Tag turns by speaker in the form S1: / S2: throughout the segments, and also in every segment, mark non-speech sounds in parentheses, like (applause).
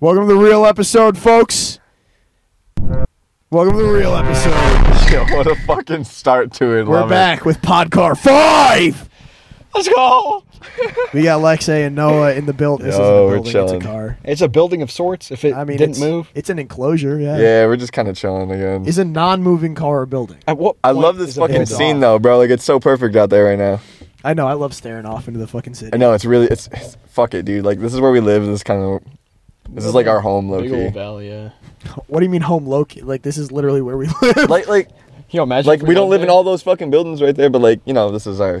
S1: Welcome to the real episode, folks. Welcome to the real episode.
S2: (laughs) Yeah, what a fucking start to it.
S1: We're
S2: Love it.
S1: back with Podcar 5.
S3: Let's go.
S1: We got Lexi and Noah in the build. This
S2: Yo,
S1: isn't a building,
S2: we're chilling.
S1: it's a car.
S3: It's a building of sorts. If it
S1: I mean,
S3: didn't
S1: it's,
S3: move,
S1: It's an enclosure, yeah.
S2: Yeah, we're just kind of chilling again.
S1: Is a non moving car a building?
S3: At what
S2: I
S3: point
S2: love this
S3: is it
S2: fucking
S3: built off?
S2: scene though, bro. Like it's so perfect out there right now.
S1: I know, I love staring off into the fucking
S2: I
S1: city.
S2: know it's really it's, it's fuck it, dude. Like this is where we live. This kind of this is like our home, low
S3: Big
S2: key.
S3: old valley, yeah.
S1: What do you mean home loc? Like, this is literally where we
S2: (laughs)
S1: live.
S2: Like like
S3: You know, imagine
S2: like
S3: if
S2: we don't
S3: lived
S2: live in
S3: there.
S2: all those fucking buildings right there, but like you know this is our.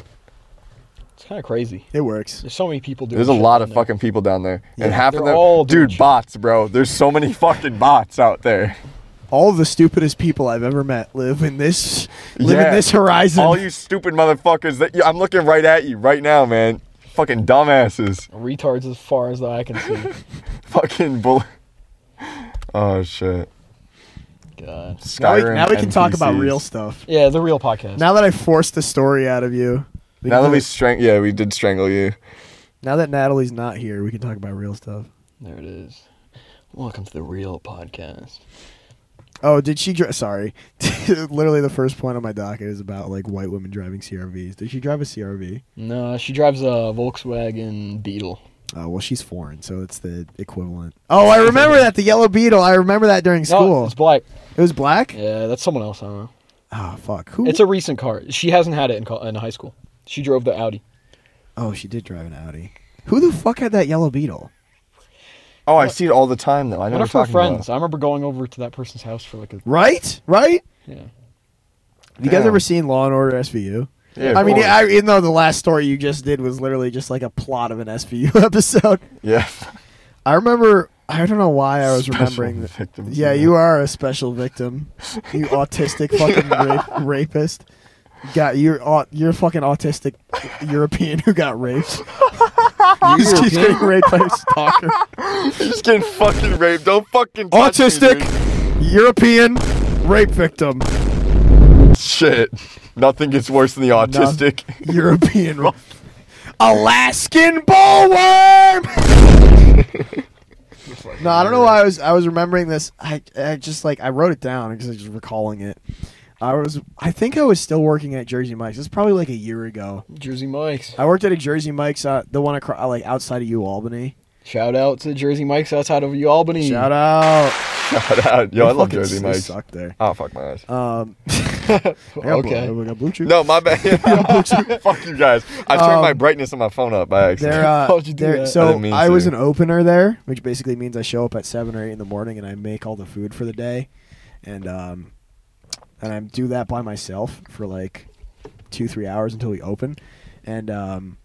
S3: It's kind of crazy.
S1: it works.
S3: There's so many people doing.
S2: There's a
S3: shit
S2: lot
S3: down
S2: of
S3: there.
S2: fucking people down there, and half of
S3: They're
S2: them,
S3: all doing
S2: dude,
S3: shit.
S2: bots, bro. There's so
S3: (laughs)
S2: many fucking bots out there.
S1: All the stupidest people I've ever met live in this live
S2: Yeah.
S1: in this horizon.
S2: All you stupid motherfuckers that you, I'm looking right at you right now, man. Fucking dumbasses.
S3: retards as far as the eye
S2: (laughs)
S3: can see.
S2: Fucking bull. Oh shit.
S3: God.
S1: now we,
S2: Skyrim
S1: now we can talk about
S2: NPCs.
S1: real stuff.
S3: Yeah, the real podcast.
S1: Now that I forced the story out of you, we
S2: Now
S1: can
S2: that we
S1: talk-
S2: strang, yeah, we did strangle you.
S1: now that Natalie's not here, we can talk about real stuff.
S3: there it is. Welcome to the real podcast.
S1: Oh, did she drive? Sorry, (laughs) literally the first point on my docket is about like white women driving CRVs. Did she drive a CRV?
S3: No, she drives a Volkswagen Beetle.
S1: Oh, well, she's foreign, so it's the equivalent. Oh, I remember that the yellow beetle. I remember that during
S3: No,
S1: school.
S3: it's black.
S1: it was black.
S3: Yeah, that's someone else. I don't know.
S1: Oh fuck. Who?
S3: It's a recent car. She hasn't had it in, co- in high school. She drove the Audi.
S1: oh, she did drive an Audi. Who the fuck had that yellow beetle?
S2: Oh, I see it all the time though. I know
S3: One
S2: what
S3: of her
S2: you're talking
S3: friends.
S2: about.
S3: I remember going over to that person's house for like a
S1: Right, right.
S3: yeah.
S1: Have you guys
S2: Damn.
S1: ever seen Law and Order SVU?
S2: Yeah, of
S1: I mean,
S2: course.
S1: I, even though the last story you just did was literally just like a plot of an SVU (laughs) episode,
S2: yeah.
S1: I remember. I don't know why (laughs) I was
S2: Special
S1: remembering. th-
S2: victims,
S1: yeah,
S2: yeah.
S1: you are a special victim. You autistic fucking rape, rapist. Got you're au- you're a fucking autistic European who got raped. you just keeps getting raped by a stalker.
S2: You're (laughs) just getting fucking raped. Don't fucking touch me,
S1: autistic
S2: dude.
S1: European rape victim.
S2: Shit. Nothing gets worse than the autistic.
S1: (laughs)
S2: (laughs)
S1: European ra- Alaskan
S2: (laughs)
S1: bullworm. no, I don't know why I was I was remembering this. I, I just like I wrote it down because I was just recalling it. I was I think I was still working at Jersey Mike's. It's probably like a year ago.
S3: Jersey Mike's.
S1: I worked at a Jersey Mike's, uh, the one across, like outside of U Albany.
S3: Shout out to Jersey Mike's outside of you, Albany.
S1: Shout out!
S2: Shout out. Yo, I love
S1: Fucking-
S2: Jersey
S1: they
S2: Mike's.
S1: Sucked
S2: (laughs)
S1: there.
S2: Oh fuck my eyes.
S1: Um, (laughs) I got
S3: Okay.
S1: Blue, I got blue chew.
S2: No, my
S1: (laughs)
S2: bad. (laughs) fuck you guys. I turned my brightness on my phone up by accident.
S1: Um, They're,
S2: (laughs)
S1: uh,
S3: How'd you do
S1: they're-
S3: that?
S2: I
S1: So
S2: didn't mean
S1: I was
S2: to.
S1: an opener there, which basically means I show up at seven or eight in the morning and I make all the food for the day, and um, and I do that by myself for like two three hours until we open, and um,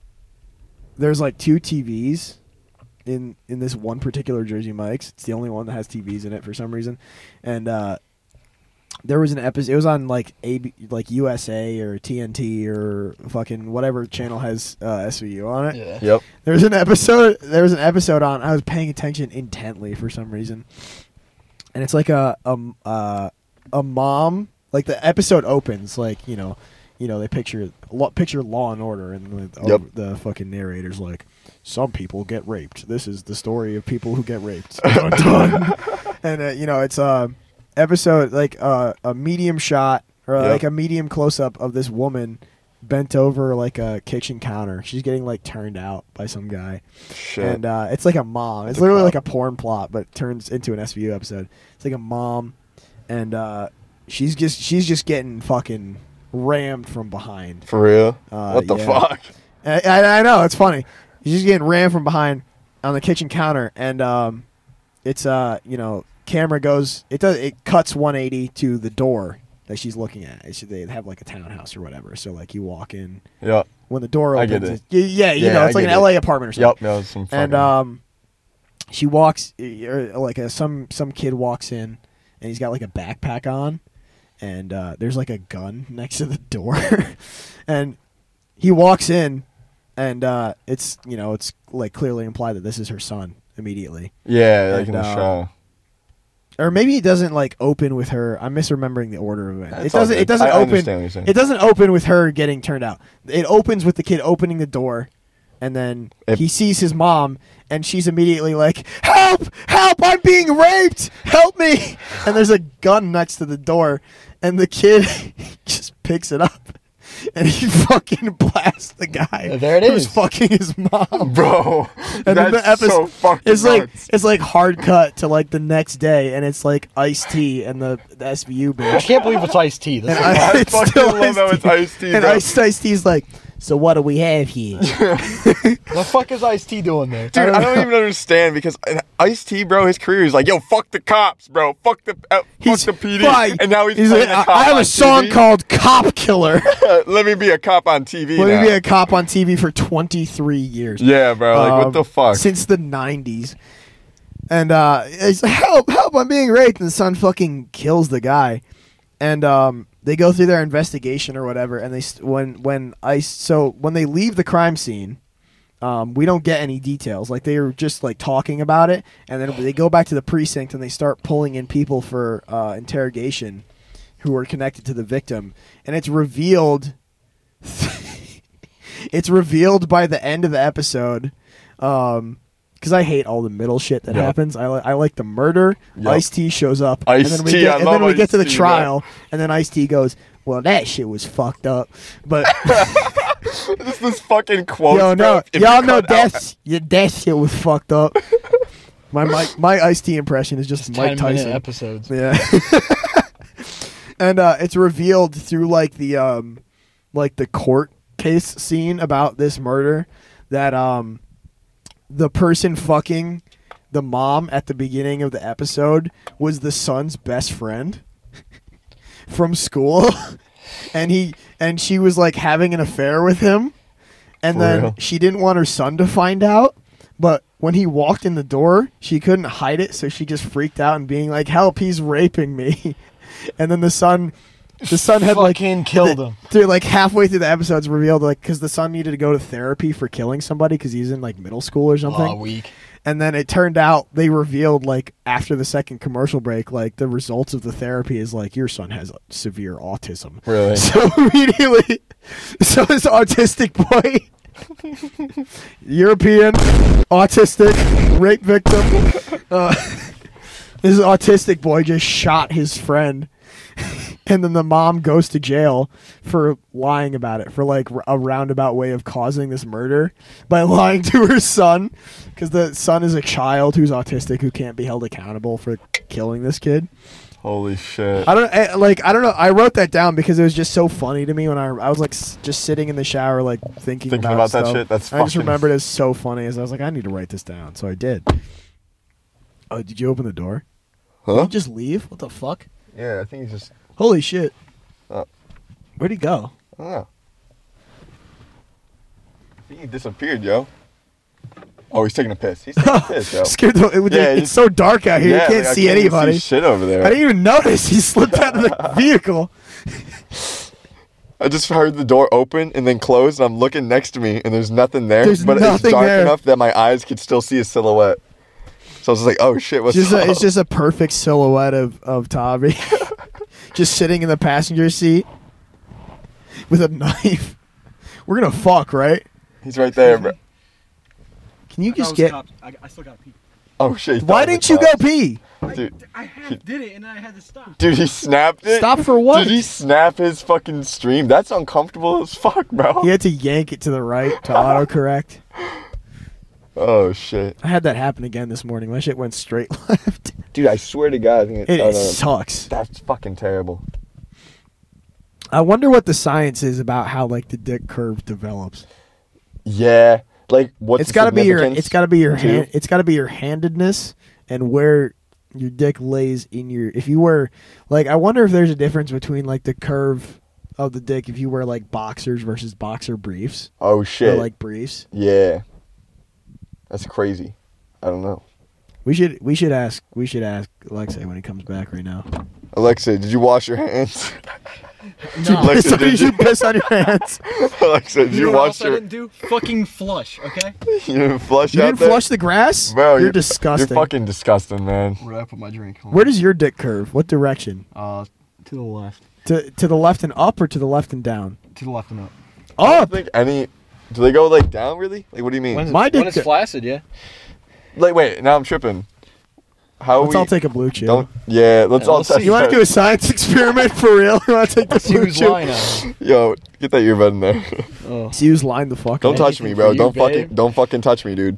S1: there's like two TVs in in this one particular Jersey Mike's. It's the only one that has TVs in it for some reason, and uh, there was an episode. It was on like AB, like USA or TNT or fucking whatever channel has uh, SVU on it.
S3: Yeah.
S2: (laughs) Yep.
S1: There was an episode. There was an episode on. I was paying attention intently for some reason, and it's like a um uh, a mom. Like the episode opens, like you know, you know they picture lo- picture Law and Order, and the,
S2: Yep.
S1: the fucking narrator's like, some people get raped. This is the story of people who get raped. Dun, dun. and uh, you know it's uh, episode like uh, a medium shot or uh,
S2: Yep.
S1: like a medium close up of this woman bent over like a kitchen counter. She's getting like turned out by some guy,
S2: Shit.
S1: and uh, it's like a mom. It's,
S2: a
S1: literally like
S2: cop.
S1: a porn plot, but turns into an SVU episode. It's like a mom, and uh, she's just she's just getting fucking rammed from behind.
S2: For real?
S1: Uh,
S2: what the
S1: yeah.
S2: fuck?
S1: I, I, I know it's funny. He's just getting rammed from behind on the kitchen counter, and um, it's uh, you know, camera goes. It does. It cuts 180 to the door that she's looking at. It's, they have like a townhouse or whatever. So like you walk in
S2: Yep.
S1: when the door
S2: I
S1: opens.
S2: get
S1: it's- y- yeah, you
S2: Yeah,
S1: know,
S2: I
S1: it's like an
S2: get it.
S1: LA apartment or something
S2: Yep. That was some fucking.
S1: and um, she walks or like a, some some kid walks in and he's got like a backpack on and uh, there's like a gun (laughs) next to the door and he walks in and uh, it's you know it's like clearly implied that this is her son immediately
S2: yeah, like
S1: and,
S2: in the
S1: uh,
S2: show. (laughs)
S1: or maybe it doesn't like open with her i'm misremembering the order of events
S2: That's
S1: it
S2: all
S1: doesn't
S2: good.
S1: it doesn't
S2: I- I
S1: open
S2: understand what you're saying.
S1: it doesn't open with her getting turned out it opens with the kid opening the door and then
S2: If-
S1: he sees his mom, and she's immediately like, "Help! Help! I'm being raped! Help me!" (laughs) And there's a gun next to the door, and the kid (laughs) just picks it up, and he (laughs) fucking blasts the guy.
S3: There it
S1: Who's
S3: is.
S1: fucking his mom?
S2: bro.
S1: And
S2: that's
S1: then the episode
S2: so fucking
S1: it's like
S2: nuts.
S1: it's like hard cut to like the next day, and it's like Ice T and the, the SVU bitch.
S3: I can't believe it's Ice
S1: (laughs)
S3: T.
S1: And
S3: This is
S1: I,
S2: I
S1: it's
S2: fucking
S1: still
S2: love
S1: Ice-T.
S2: how it's
S1: (laughs)
S2: Ice-T,
S1: And
S2: bro.
S1: Ice Ice T's like, so what do we have
S2: (laughs)
S1: here?
S3: the fuck is Ice T doing there?
S2: Dude,
S1: I
S2: I
S1: don't
S2: don't,
S1: know.
S2: even understand because Ice T, bro, his career is like, yo, fuck the cops, bro, fuck the uh, fuck the PD,
S1: fine.
S2: and now he's,
S1: like,
S2: playing a
S1: I
S2: cop
S1: I have
S2: on
S1: a song
S2: TV?
S1: called "Cop
S2: (laughs)
S1: Killer."
S2: Uh, (laughs) Let me be a cop on TV.
S1: Let
S2: now.
S1: me be a cop on TV for 23 years.
S2: yeah, bro, like
S1: Um,
S2: what the fuck?
S1: Since the 90s. And uh, it's help, help! I'm being raped, and the son fucking kills the guy. And um, they go through their investigation or whatever. And they st- when when ice so when they leave the crime scene, um, we don't get any details. Like they were just like talking about it, and then they go back to the precinct and they start pulling in people for uh, interrogation who are connected to the victim, and it's revealed. (laughs) it's revealed by the end of the episode, because I hate all the middle shit that
S2: Yeah.
S1: happens. I, li- I like the murder.
S2: Yep.
S1: Ice T shows up, and then we
S2: Ice-T,
S1: get,
S2: I
S1: and
S2: love
S1: then we get to the
S2: Ice-T, bro.
S1: trial, and then Ice T goes, "Well, that shit was fucked up,"
S2: (laughs)
S1: but.
S2: (laughs) This this fucking quote.
S1: Yo, no,
S2: if
S1: y'all
S2: you
S1: know
S2: cut out-
S1: death. Your death shit was fucked up. (laughs) my Mike, my Ice T impression is just Mike
S3: 10 minute
S1: Tyson.
S3: episodes.
S1: Yeah. (laughs) and uh, it's revealed through like the um, like the court case scene about this murder that um, the person fucking the mom at the beginning of the episode was the son's best friend from school (laughs) and he and she was like having an affair with him and
S2: For
S1: then
S2: real?
S1: she didn't want her son to find out but when he walked in the door she couldn't hide it so she just freaked out and being like help he's raping me (laughs) and then the son the son had like
S3: Fucking killed him.
S1: Dude, like halfway through the episode, it's revealed like because the son needed to go to therapy for killing somebody because he's in like middle school or (laughs) something.
S3: Aw, weak.
S1: and then it turned out they revealed like after the second commercial break, like the results of the therapy is like your son has severe autism.
S2: Really?
S1: (laughs) So immediately, so this autistic boy, (laughs) European, autistic, rape victim. Uh, (laughs) this autistic boy just shot his friend and then the mom goes to jail for lying about it for like r- a roundabout way of causing this murder by (laughs) lying to her son because the son is a child who's autistic who can't be held accountable for killing this kid
S2: Holy shit.
S1: i don't I, like i don't know i wrote that down because it was just so funny to me when i, I was like s- just sitting in the shower like thinking,
S2: Thinking
S1: about,
S2: about that
S1: stuff.
S2: shit? That's
S1: i just
S2: fucking-
S1: remembered it as so funny as i was like i need to write this down so i did oh did you open the door
S2: Huh?
S1: you just leave what the fuck
S2: Yeah, I think he's just.
S1: holy shit
S2: Uh,
S1: where'd he go
S2: I don't know. I think he disappeared, yo. Oh, he's taking a
S1: (laughs)
S2: piss. He's taking a piss, yo.
S1: scared the, it, would-
S2: Yeah,
S1: it's
S2: just-
S1: so dark out here
S2: Yeah,
S1: you can't
S2: like, I
S1: see
S2: even
S1: anybody
S2: shit over there.
S1: i didn't even (laughs) notice he slipped out of
S2: (laughs)
S1: the vehicle
S2: I just heard the door open and then close, and I'm looking next to me, and there's nothing there.
S1: There's
S2: but
S1: nothing
S2: it's dark
S1: there.
S2: enough that my eyes could still see a silhouette. So I was just like, "Oh shit, what's
S1: just
S2: up?"
S1: a, it's just a perfect silhouette of, of tommy (laughs) just sitting in the passenger seat with a (laughs) knife we're gonna fuck right
S2: He's right there, bro.
S1: can you just get
S4: I, I still got pee.
S2: Oh shit. he
S1: why
S2: thought it
S1: didn't
S2: was
S1: you go
S2: cops.
S1: pee
S2: Dude,
S4: I half did it and then I had to stop.
S2: dude, he snapped it.
S1: Stop for what?
S2: Did he snap his fucking stream? That's uncomfortable as fuck, bro.
S1: he had to yank it to the right to autocorrect
S2: Oh shit,
S1: i had that happen again this morning my shit went straight (laughs) left
S2: dude! I swear to God, I
S1: it
S2: think oh, no, no.
S1: sucks
S2: That's fucking terrible.
S1: i wonder what the science is about how like the dick curve develops
S2: Yeah, like what's
S1: it's got to be your it's got to be your
S2: too?
S1: hand, it's got to be your handedness and where your dick lays in your if you wear like I wonder if there's a difference between like the curve of the dick if you wear like boxers versus boxer briefs
S2: Oh
S1: or
S2: shit!
S1: like briefs.
S2: yeah, that's crazy. I don't know.
S1: We should we should ask we should ask Alexei when he comes back right
S2: (laughs)
S1: now.
S2: Alexa, did you wash your
S3: (laughs)
S2: hands?
S4: No.
S2: Like- Alexei,
S1: so you
S2: did you-
S1: should piss on your
S2: (laughs)
S1: hands.
S2: Alexa, did
S4: You
S2: you,
S4: know what
S2: wash
S4: else I
S2: your
S4: didn't do? Fucking flush, okay?
S2: (laughs) you didn't flush
S1: You
S2: out
S1: didn't
S2: there?
S1: flush the grass?
S2: Bro,
S1: you're, disgusting.
S2: You're fucking disgusting, man.
S4: Where did I put my drink? Hold
S1: Where
S4: on.
S1: does your dick curve? What direction?
S4: Uh, to the left.
S1: To to the left and up or to the left and down?
S4: To the left and up.
S2: I don't
S1: Up.
S2: think any Do they go like down really? Like what do you mean?
S3: When it's,
S1: My dick
S3: when it's
S1: got- (laughs)
S3: flaccid, yeah.
S2: Like wait, now I'm tripping. How
S1: Let's
S2: we
S1: all take a blue chew.
S2: don't yeah, let's
S3: Yeah,
S2: all
S3: let's
S2: test
S3: see.
S1: you want
S2: that.
S1: to do a science (laughs) experiment for real? (laughs) You want to take the
S3: Let's see
S1: blue
S3: who's
S1: chew?
S3: lying on it.
S2: (laughs) Yo, get that earbud in there. (laughs)
S3: Oh.
S1: See who's lying the fuck.
S2: don't
S1: up.
S2: touch
S3: Anything
S2: me,
S3: for
S2: bro.
S3: you,
S2: don't fucking
S3: babe.
S2: don't fucking touch me, dude.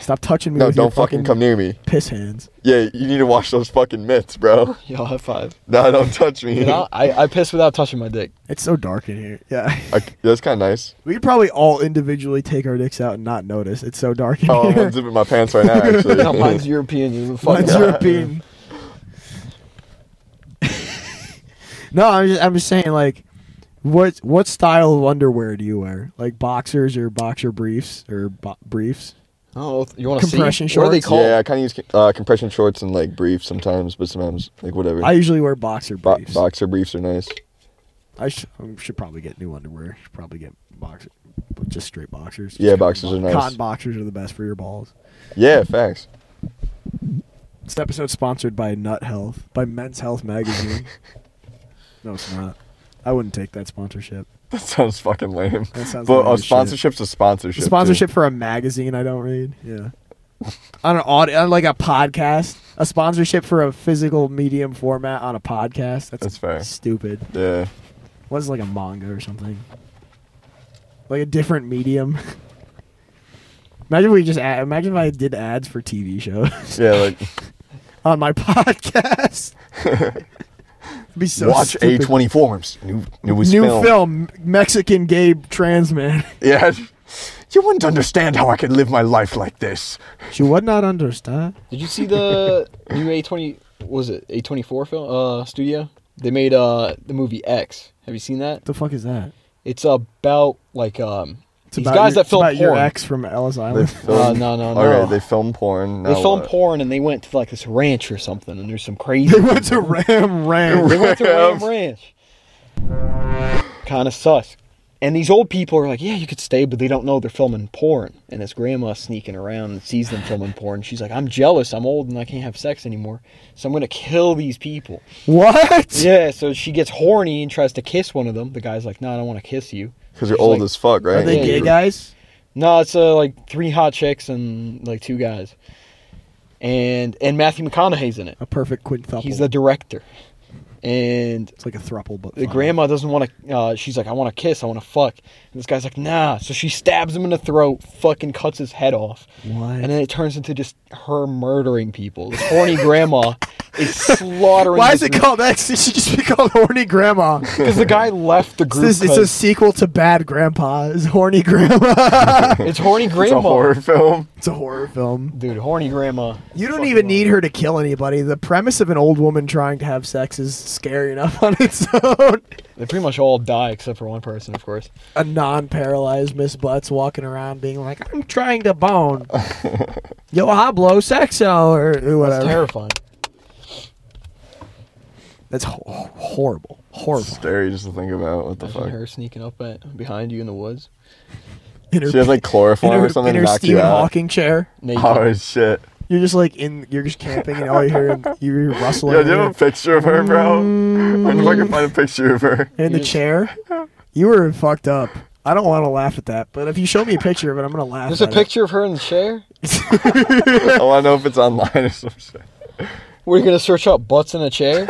S1: Stop touching me.
S2: No,
S1: with your
S2: don't fucking
S1: fucking
S2: come near me.
S1: Piss hands.
S2: Yeah, you need to wash those fucking mitts, bro.
S1: (laughs)
S2: (laughs)
S3: Y'all high five.
S2: No, don't touch me.
S3: You know, I, I piss without touching my dick.
S1: It's so dark in here. Yeah.
S2: (laughs)
S1: (laughs)
S2: I- that's kind of nice.
S1: We could probably all individually take our dicks out and not notice. It's so dark in
S2: Oh,
S1: (laughs)
S2: I'm
S1: here.
S2: unzipping my pants right now. Actually,
S3: No, mine's European. You fucking
S1: Mine's European. (laughs) no, I'm just, I'm just saying like, what what style of underwear do you wear? Like boxers or boxer briefs or bo- briefs?
S3: Oh, you want to see?
S1: Compression
S3: What are they
S1: shorts?
S3: called?
S2: Yeah, I kind of use uh, compression shorts and like briefs sometimes, but sometimes like whatever.
S1: I usually wear boxer
S2: Bo-
S1: briefs.
S2: boxer briefs are nice.
S1: I, sh- I should probably get new underwear. Should probably get boxer, just straight boxers. Just
S2: Yeah,
S1: cotton
S2: boxers are nice.
S1: Cotton boxers are the best for your balls.
S2: Yeah, facts. (laughs)
S1: This episode sponsored by Nut Health, by Men's Health
S2: (laughs)
S1: Magazine. no, it's not. I wouldn't take that sponsorship.
S2: That sounds fucking lame.
S1: That sounds
S2: but
S1: lame
S2: a
S1: as shit.
S2: sponsorship's a sponsorship.
S1: The sponsorship for a magazine I don't read. Yeah. (laughs) on an audio, on like a podcast, a sponsorship for a physical medium format on a podcast. That's,
S2: That's fair.
S1: Stupid.
S2: too. Yeah.
S1: What is it, like a manga or something? Like a different medium. (laughs) imagine we just ad- imagine if I did ads for TV shows (laughs)
S2: Yeah, like
S1: on my podcast. (laughs) It'd be so
S2: watch
S1: stupid.
S2: A24 forms. New newest
S1: New
S2: film.
S1: film, Mexican gay trans man.
S2: (laughs) Yeah. You wouldn't understand how I could live my life like this.
S1: she would not understand.
S3: Did you
S1: (laughs)
S3: see the new A twenty? Was it A twenty four film? Uh, studio. They made uh the movie X. Have you seen that?
S1: The fuck is that?
S3: It's about like um
S1: It's
S3: these
S1: about
S3: guys
S1: your,
S3: that film
S1: it's about
S3: porn.
S1: your ex from Ellis (laughs)
S2: They
S1: Island.
S2: film,
S3: Uh, no, no, no.
S2: Alright, they film porn.
S3: They
S2: now
S3: filmed
S2: what?
S3: porn and they went to like this ranch or something, and there's some crazy.
S1: they went to Ram Ram.
S3: (laughs) They went to Ram
S2: Rams.
S3: Ranch. Kind of sus. And these old people are like, yeah, you could stay, but they don't know they're filming porn. And this grandma sneaking around and sees them filming porn. She's like, I'm jealous. I'm old and I can't have sex anymore. So I'm going to kill these people.
S1: what?
S3: Yeah, so she gets horny and tries to kiss one of them. The guy's like, no, I don't want to kiss you.
S2: Because you're
S3: She's
S2: old
S3: like-
S2: as fuck, right?
S1: Are they
S3: Yeah,
S1: gay
S3: you're-
S1: guys?
S3: No, it's uh, like three hot chicks and like two guys. And and Matthew McConaughey's in it.
S1: A perfect quintuple.
S3: He's the director. And
S1: it's like a thruple, but
S3: The
S1: fine.
S3: grandma doesn't want to. Uh, she's like, I want to kiss. I want to fuck. And this guy's like, Nah. So she stabs him in the throat, fucking cuts his head off.
S1: What?
S3: And then it turns into just her murdering people. This horny grandma
S1: (laughs)
S3: is slaughtering.
S1: Why is it called X? (laughs) It should just be called Horny Grandma.
S3: Because the guy left the
S1: It's,
S3: group.
S1: this, it's a
S3: 'cause
S1: sequel to Bad Grandpa. It's Horny Grandma. (laughs)
S3: it's horny
S2: It's
S3: grandma.
S2: a horror
S3: (laughs)
S2: film.
S1: it's a horror film.
S3: Dude, horny grandma.
S1: You don't
S3: Fucking
S1: even need
S3: love
S1: her to kill anybody. The premise of an old woman trying to have sex is scary enough (laughs) on its own.
S3: it. They pretty much all die except for one person, of course.
S1: A non-paralyzed Miss Butts walking around being like, "I'm trying to
S2: (laughs)
S1: bone." Yo hablo sexo or
S3: That's
S1: whatever.
S3: terrifying.
S1: That's, ho- horrible. Horrible.
S2: Scary just to think about. What the
S3: Imagine
S2: fuck?
S3: her sneaking up at, behind you in the woods.
S1: Inner-
S2: She has like
S1: in
S2: chloroform
S1: her,
S2: or something
S1: in
S2: to
S1: her
S2: knock you
S1: Stephen
S2: out.
S1: Hawking chair.
S3: Naked.
S2: Oh shit.
S1: You're just like in. You're just camping, and all you
S3: (laughs)
S1: hear you're rustling
S2: Yo,
S1: in,
S2: do you have a picture of her, bro? (laughs) I if I can find a picture
S1: (laughs)
S2: of her.
S1: the- in the
S3: Yes.
S2: (laughs)
S1: chair. You were fucked up. I don't want to laugh at that, but if you show me a picture of it, I'm gonna laugh.
S3: There's a
S1: at
S3: picture of her in the chair.
S2: I want to know if it's online or some shit.
S3: What are you gonna search up? Butts in a
S1: (laughs)
S3: chair.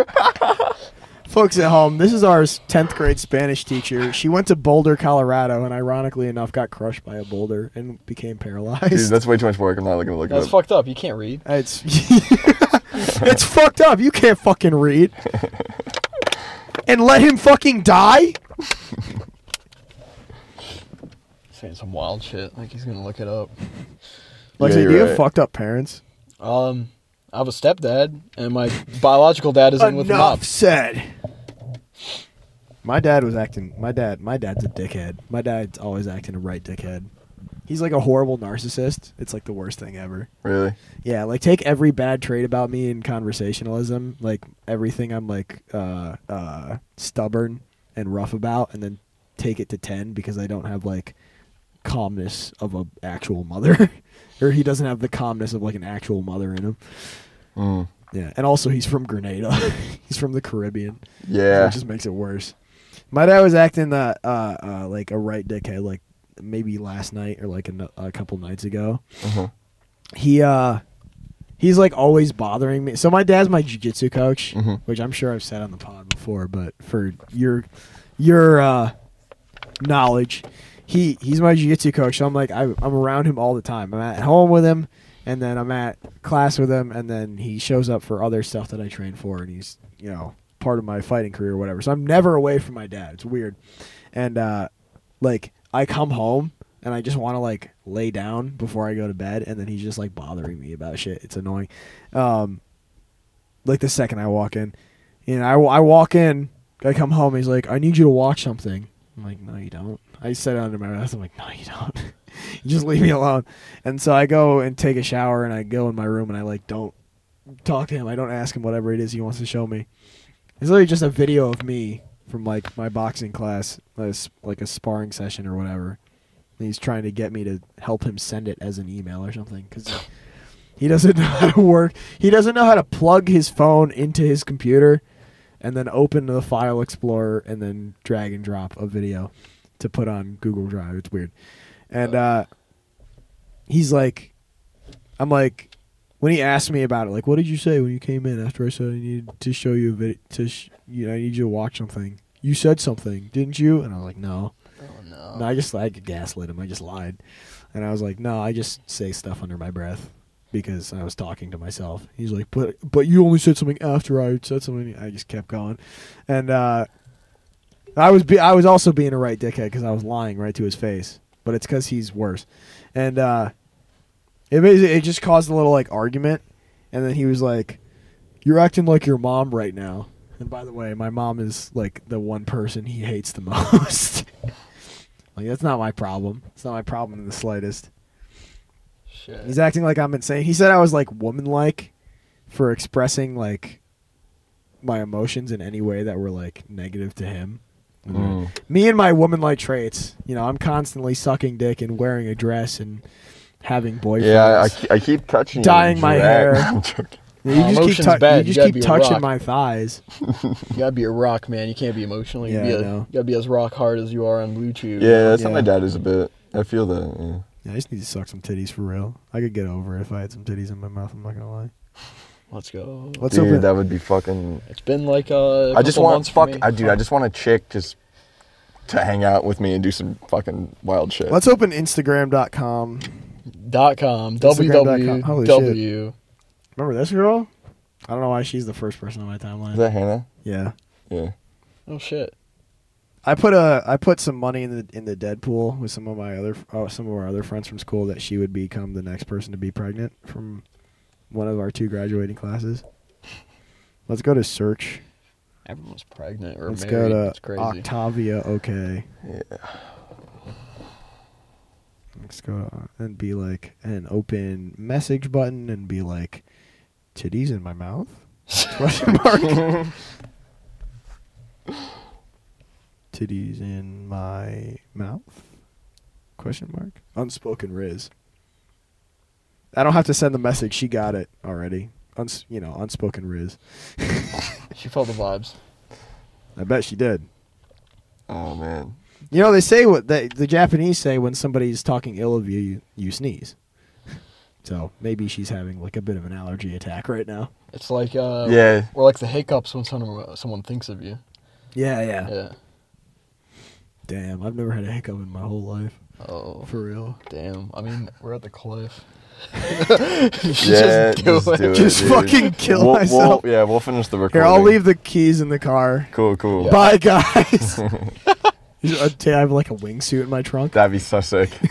S1: It. Folks at home, this is our 10th grade Spanish teacher. She went to Boulder, Colorado, and ironically enough, got crushed by a boulder and became paralyzed. (laughs)
S2: Dude, that's way too much work. I'm not looking to look it
S3: That's
S2: up.
S3: fucked up. You can't read.
S1: It's it's (laughs) fucked up. You can't fucking
S2: (laughs)
S1: read. And let him fucking die?
S3: Saying some wild shit. Like he's gonna look it up.
S1: Like,
S2: Yeah,
S1: do
S2: you're
S1: you have
S2: right.
S1: fucked up parents?
S3: Um, I have a stepdad, and my biological dad is in with
S1: Enough
S3: Bob.
S1: said. My dad was acting. My dad. My dad's a dickhead. My dad's always acting a right dickhead. He's like a horrible narcissist. It's like the worst thing ever.
S2: Really?
S1: Yeah, like take every bad trait about me in conversationalism, like everything I'm like uh, uh, stubborn and rough about, and then take it to ten because I don't have like calmness of a actual mother, (laughs) or he doesn't have the calmness of like an actual mother in him.
S2: Mm.
S1: (laughs) Yeah, and also he's from Grenada, he's from the Caribbean, so
S2: Yeah.
S1: it just makes it worse. My dad was acting uh, uh, uh, like a right dickhead, like maybe last night or like a, no- a couple nights ago.
S2: Uh-huh.
S1: He uh, he's like always bothering me. So my dad's my jujitsu coach,
S3: Mhm.
S1: which I'm sure I've said on the pod before, but for your your uh, knowledge, he he's my jujitsu coach. So I'm like I, I'm around him all the time. I'm at home with him, and then I'm at class with him, and then he shows up for other stuff that I train for, and he's you know part of my fighting career or whatever. So I'm never away from my dad. It's weird, and uh, like I come home and I just want to like lay down before I go to bed, and then he's just like bothering me about shit. It's annoying. Um, like the second I walk in, you know, I, I walk in, I come home, he's like, I need you to watch something. I'm like, no, you don't. I said it under my breath. I'm like, no, you don't. (laughs) you just leave me alone. And so I go and take a shower, and I go in my room, and I like don't talk to him. I don't ask him whatever it is he wants to show me. It's literally just a video of me from like my boxing class, like a s- like a sparring session or whatever. And he's trying to get me to help him send it as an email or something because he doesn't (laughs) know how to work. He doesn't know how to plug his phone into his computer and then open the file explorer and then drag and drop a video to put on Google Drive. It's weird. And uh, he's like, I'm like, when he asked me about it, like, what did you say when you came in after I said I needed to show you a video, to sh- you know, I need you to watch something. You said something, didn't you? And I was like, no.
S3: Oh
S1: No, I just I gaslit him. I just lied, and I was like, no, I just say stuff under my breath because I was talking to myself. He's like, but but you only said something after I said something. I just kept going, and uh, I was be- I was also being a right dickhead because I was lying right to his face. But it's because he's worse, and uh, it made, it just caused a little like argument, and then he was like, "You're acting like your mom right now." And by the way, my mom is like the one person he hates the (laughs) most. Like that's not my problem. It's not my problem in the slightest.
S3: Shit.
S1: He's acting like I'm insane. He said I was like woman-like for expressing like my emotions in any way that were like negative to him.
S3: Mm-hmm.
S2: Mm.
S1: Me and my woman-like traits. You know, I'm constantly sucking dick and wearing a dress and having boyfriends.
S2: Yeah, I, I keep touching you.
S1: Dyeing my hair.
S2: (laughs) I'm joking.
S1: you just keep,
S3: Emotion's
S1: tou- You
S3: bad. You
S1: just
S3: gotta
S1: keep
S3: be a
S1: touching
S3: rock.
S1: my thighs.
S3: You gotta be a rock, man. You can't be emotional. You,
S1: Yeah,
S3: be
S1: I
S3: a,
S1: know.
S3: you gotta be as rock hard as you are on Blue Chew.
S2: Yeah, that's how
S1: Yeah.
S2: my dad is a bit. I feel that. Yeah.
S1: Yeah, I just need to suck some titties for real. I could get over it if I had some titties in my mouth. I'm not gonna lie.
S3: Let's go.
S1: Let's
S2: Dude,
S1: open.
S2: that would be fucking.
S3: It's been like uh, a.
S2: I just
S3: couple
S2: want
S3: months for
S2: fuck.
S3: me.
S2: I, dude, I just want a chick just to hang out with me and do some fucking wild shit.
S1: Let's open Instagram.com.
S3: dot com
S1: Instagram.com. Holy
S3: www.
S1: Remember this girl? I don't know why she's the first person on my timeline.
S2: Is that Hannah?
S1: yeah.
S2: Yeah.
S3: Oh shit.
S1: I put a I put some money in the in the Deadpool with some of my other oh, some of our other friends from school that she would become the next person to be pregnant from one of our two graduating classes. Let's go to search.
S3: Everyone's pregnant or
S1: Let's
S3: married.
S1: go
S3: It's
S1: to
S3: crazy.
S1: Octavia. Okay.
S2: Yeah.
S1: Let's go to- and be like an open message button and be like titties in my
S3: (laughs)
S1: mouth. Question mark. titties in my mouth. Question mark. Unspoken riz. I don't have to send the message. She got it already. Uns- you know, unspoken riz.
S3: She felt the vibes.
S1: I bet she did.
S2: Oh
S3: (laughs)
S2: man.
S1: You know, they say what they, the Japanese say when somebody's talking ill of you, you, you sneeze. (laughs) So maybe she's having like a bit of an allergy attack right now.
S3: It's like uh,
S2: Yeah.
S3: We're like the hiccups when someone someone thinks of you.
S1: Yeah, yeah.
S3: Yeah.
S1: Damn, I've never had a hiccup in my whole life.
S3: Oh
S1: For real.
S3: damn. I mean, we're at the (laughs) cliff.
S2: yeah.
S3: just do it.
S1: Just fucking kill
S2: We'll-
S1: myself.
S2: We'll, yeah, we'll finish the
S1: Here,
S2: recording.
S1: I'll leave the keys in the car.
S2: Cool, cool.
S3: Yeah.
S1: Bye, guys. I have like a wingsuit in my trunk,
S2: That'd be so sick.
S1: a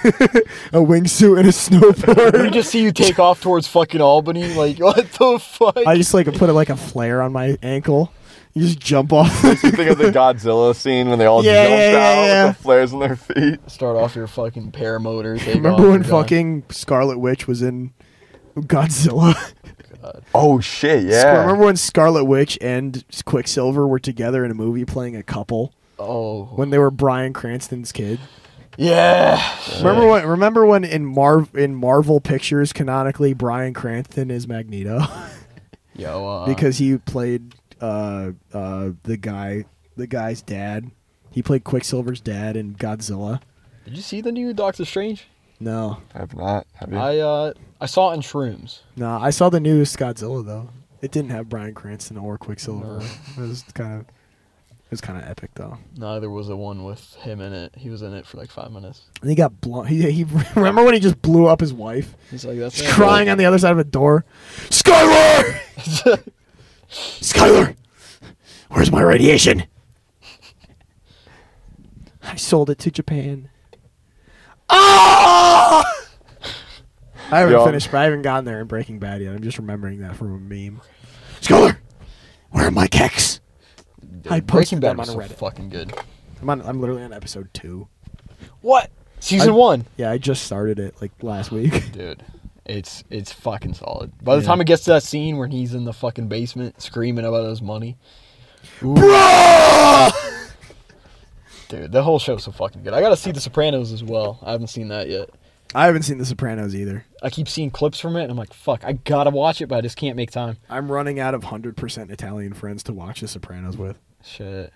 S1: wingsuit and a
S3: (laughs) we
S1: snowboard. (laughs)
S3: just see you take off towards fucking Albany. Like (laughs) what the fuck?
S1: I just like put like a flare on my ankle. You just jump off. (laughs)
S2: you think of
S3: (laughs)
S2: the Godzilla scene when they all
S1: Yeah,
S2: jumped
S1: yeah, yeah,
S2: out
S1: yeah.
S2: with the flares on their feet.
S3: Start off your fucking paramotor. take off,
S1: Remember
S3: you're
S1: when
S3: done.
S1: fucking Scarlet Witch was in Godzilla? (laughs)
S2: Oh shit! Yeah.
S1: Scar- Remember when Scarlet Witch and Quicksilver were together in a movie playing a couple
S3: Oh.
S1: when they were Brian Cranston's kid?
S3: yeah.
S1: Remember when? Remember when in Marv in Marvel Pictures canonically Brian Cranston is Magneto (laughs)
S3: Yo. Uh,
S1: because he played uh, uh, the guy the guy's dad He played Quicksilver's dad in Godzilla.
S3: Did you see the new Doctor Strange?
S1: No,
S2: I have not. Have you?
S3: I uh I saw it in Shrooms.
S1: no, I saw the newest Godzilla though. It didn't have Brian Cranston or Quicksilver. It was kind of, it was kind of epic though.
S3: Neither was the one with him in it. He was in it for like five minutes.
S1: And he got blown. He, (laughs) he remember when he just blew up his wife?
S3: He's like that's
S1: She's
S3: it.
S1: crying on the other side of a door. Skylar, (laughs) Skylar, where's my radiation? I sold it to Japan. Ah! I haven't
S2: Yo.
S1: finished. I haven't gotten there in Breaking Bad yet. I'm just remembering that from a meme. Skylar, where are my keks?
S3: Dude,
S1: I
S3: Breaking
S1: posted
S3: Bad
S1: them on
S3: was so
S1: Reddit.
S3: fucking good.
S1: I'm on. I'm literally on episode two.
S3: What season
S1: I-
S3: one?
S1: Yeah, I just started it like last week. (laughs)
S3: Dude, it's it's fucking solid. By the
S1: Yeah.
S3: time it gets to that scene where he's in the fucking basement screaming about his money,
S1: Bro!
S3: dude, the whole show's so fucking good. I gotta see The Sopranos as well. I haven't seen that yet.
S1: I haven't seen The Sopranos either.
S3: I keep seeing clips from it, and I'm like, fuck, I gotta watch it, but I just can't make time.
S1: I'm running out of 100% Italian friends to watch The Sopranos with.
S3: Shit,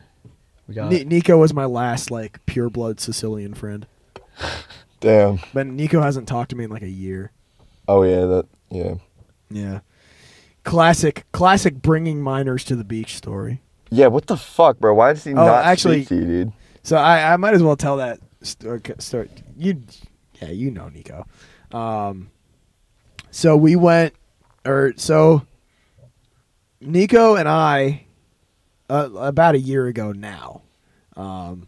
S3: we got.
S1: Ni- Nico was my last, like, pure blood Sicilian friend.
S2: Damn.
S1: But Nico hasn't talked to me in, like, a year.
S2: Oh yeah, that yeah.
S1: Yeah. Classic, classic bringing minors to the beach story.
S2: Yeah, what the fuck, bro? Why does he not
S1: Oh, actually-
S2: speak to you, dude?
S1: So I, I might as well tell that sto- story. You, yeah, you know Nico. Um, so we went, or so Nico and I, uh, about a year ago now, um,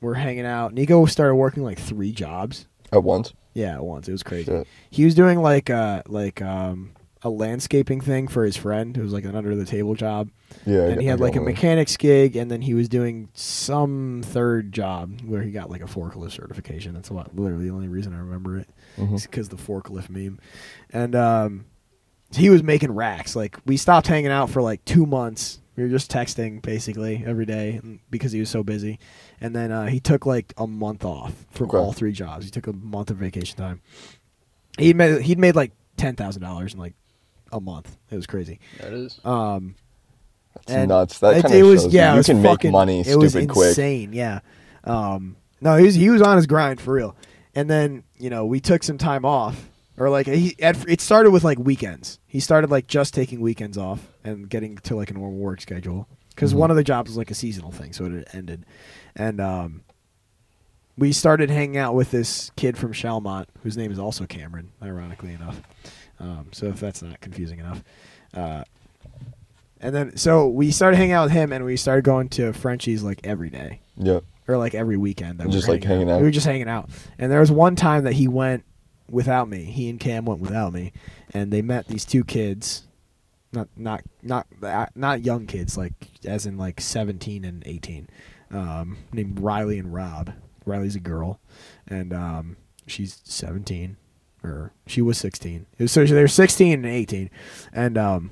S1: we're hanging out. Nico started working like three jobs.
S2: At once.
S1: Yeah, at once. It was crazy.
S2: Shit.
S1: He was doing like uh like um a landscaping thing for his friend. It was like an under the table job
S2: Yeah. I
S1: and
S2: got-
S1: he
S2: I
S1: had
S2: got
S1: like a
S2: one.
S1: mechanics gig, and then he was doing some third job where he got like a forklift certification. That's what literally the only reason I remember it,
S2: Mhm.
S1: because the forklift meme, and um, he was making racks. Like we stopped hanging out for like two months. We were just texting basically every day and- because he was so busy, and then uh, he took like a month off from
S2: Okay.
S1: all three jobs. He took a month of vacation time. He made he'd made like ten thousand dollars in like a month. It was crazy.
S3: There it is.
S1: Um,
S2: That's nuts. That kind of shows you, you
S1: it was
S2: can
S1: fucking-
S2: make money
S1: It was
S2: stupid quick.
S1: insane. Yeah. Um, no, he was he was on his grind for real. And then you know we took some time off, or like he at, it started with like weekends. He started like just taking weekends off and getting to like a normal work schedule because
S2: Mm-hmm.
S1: one of the jobs was like a seasonal thing, so it ended. And um, we started hanging out with this kid from Shalmont, whose name is also Cameron, ironically enough. Um, so if that's not confusing enough. Uh, and then so we started hanging out with him, and we started going to Frenchie's like every day
S2: Yeah.
S1: or like every weekend. That we
S2: Just,
S1: were
S2: like, hanging out.
S1: We were just hanging out. And there was one time that he went without me. He and Cam went without me, and they met these two kids, not not not uh, not young kids, like as in like seventeen and eighteen, um, named Riley and Rob. Riley's a girl, and um, she's seventeen, or she was sixteen. It was, so they were sixteen and eighteen, and um,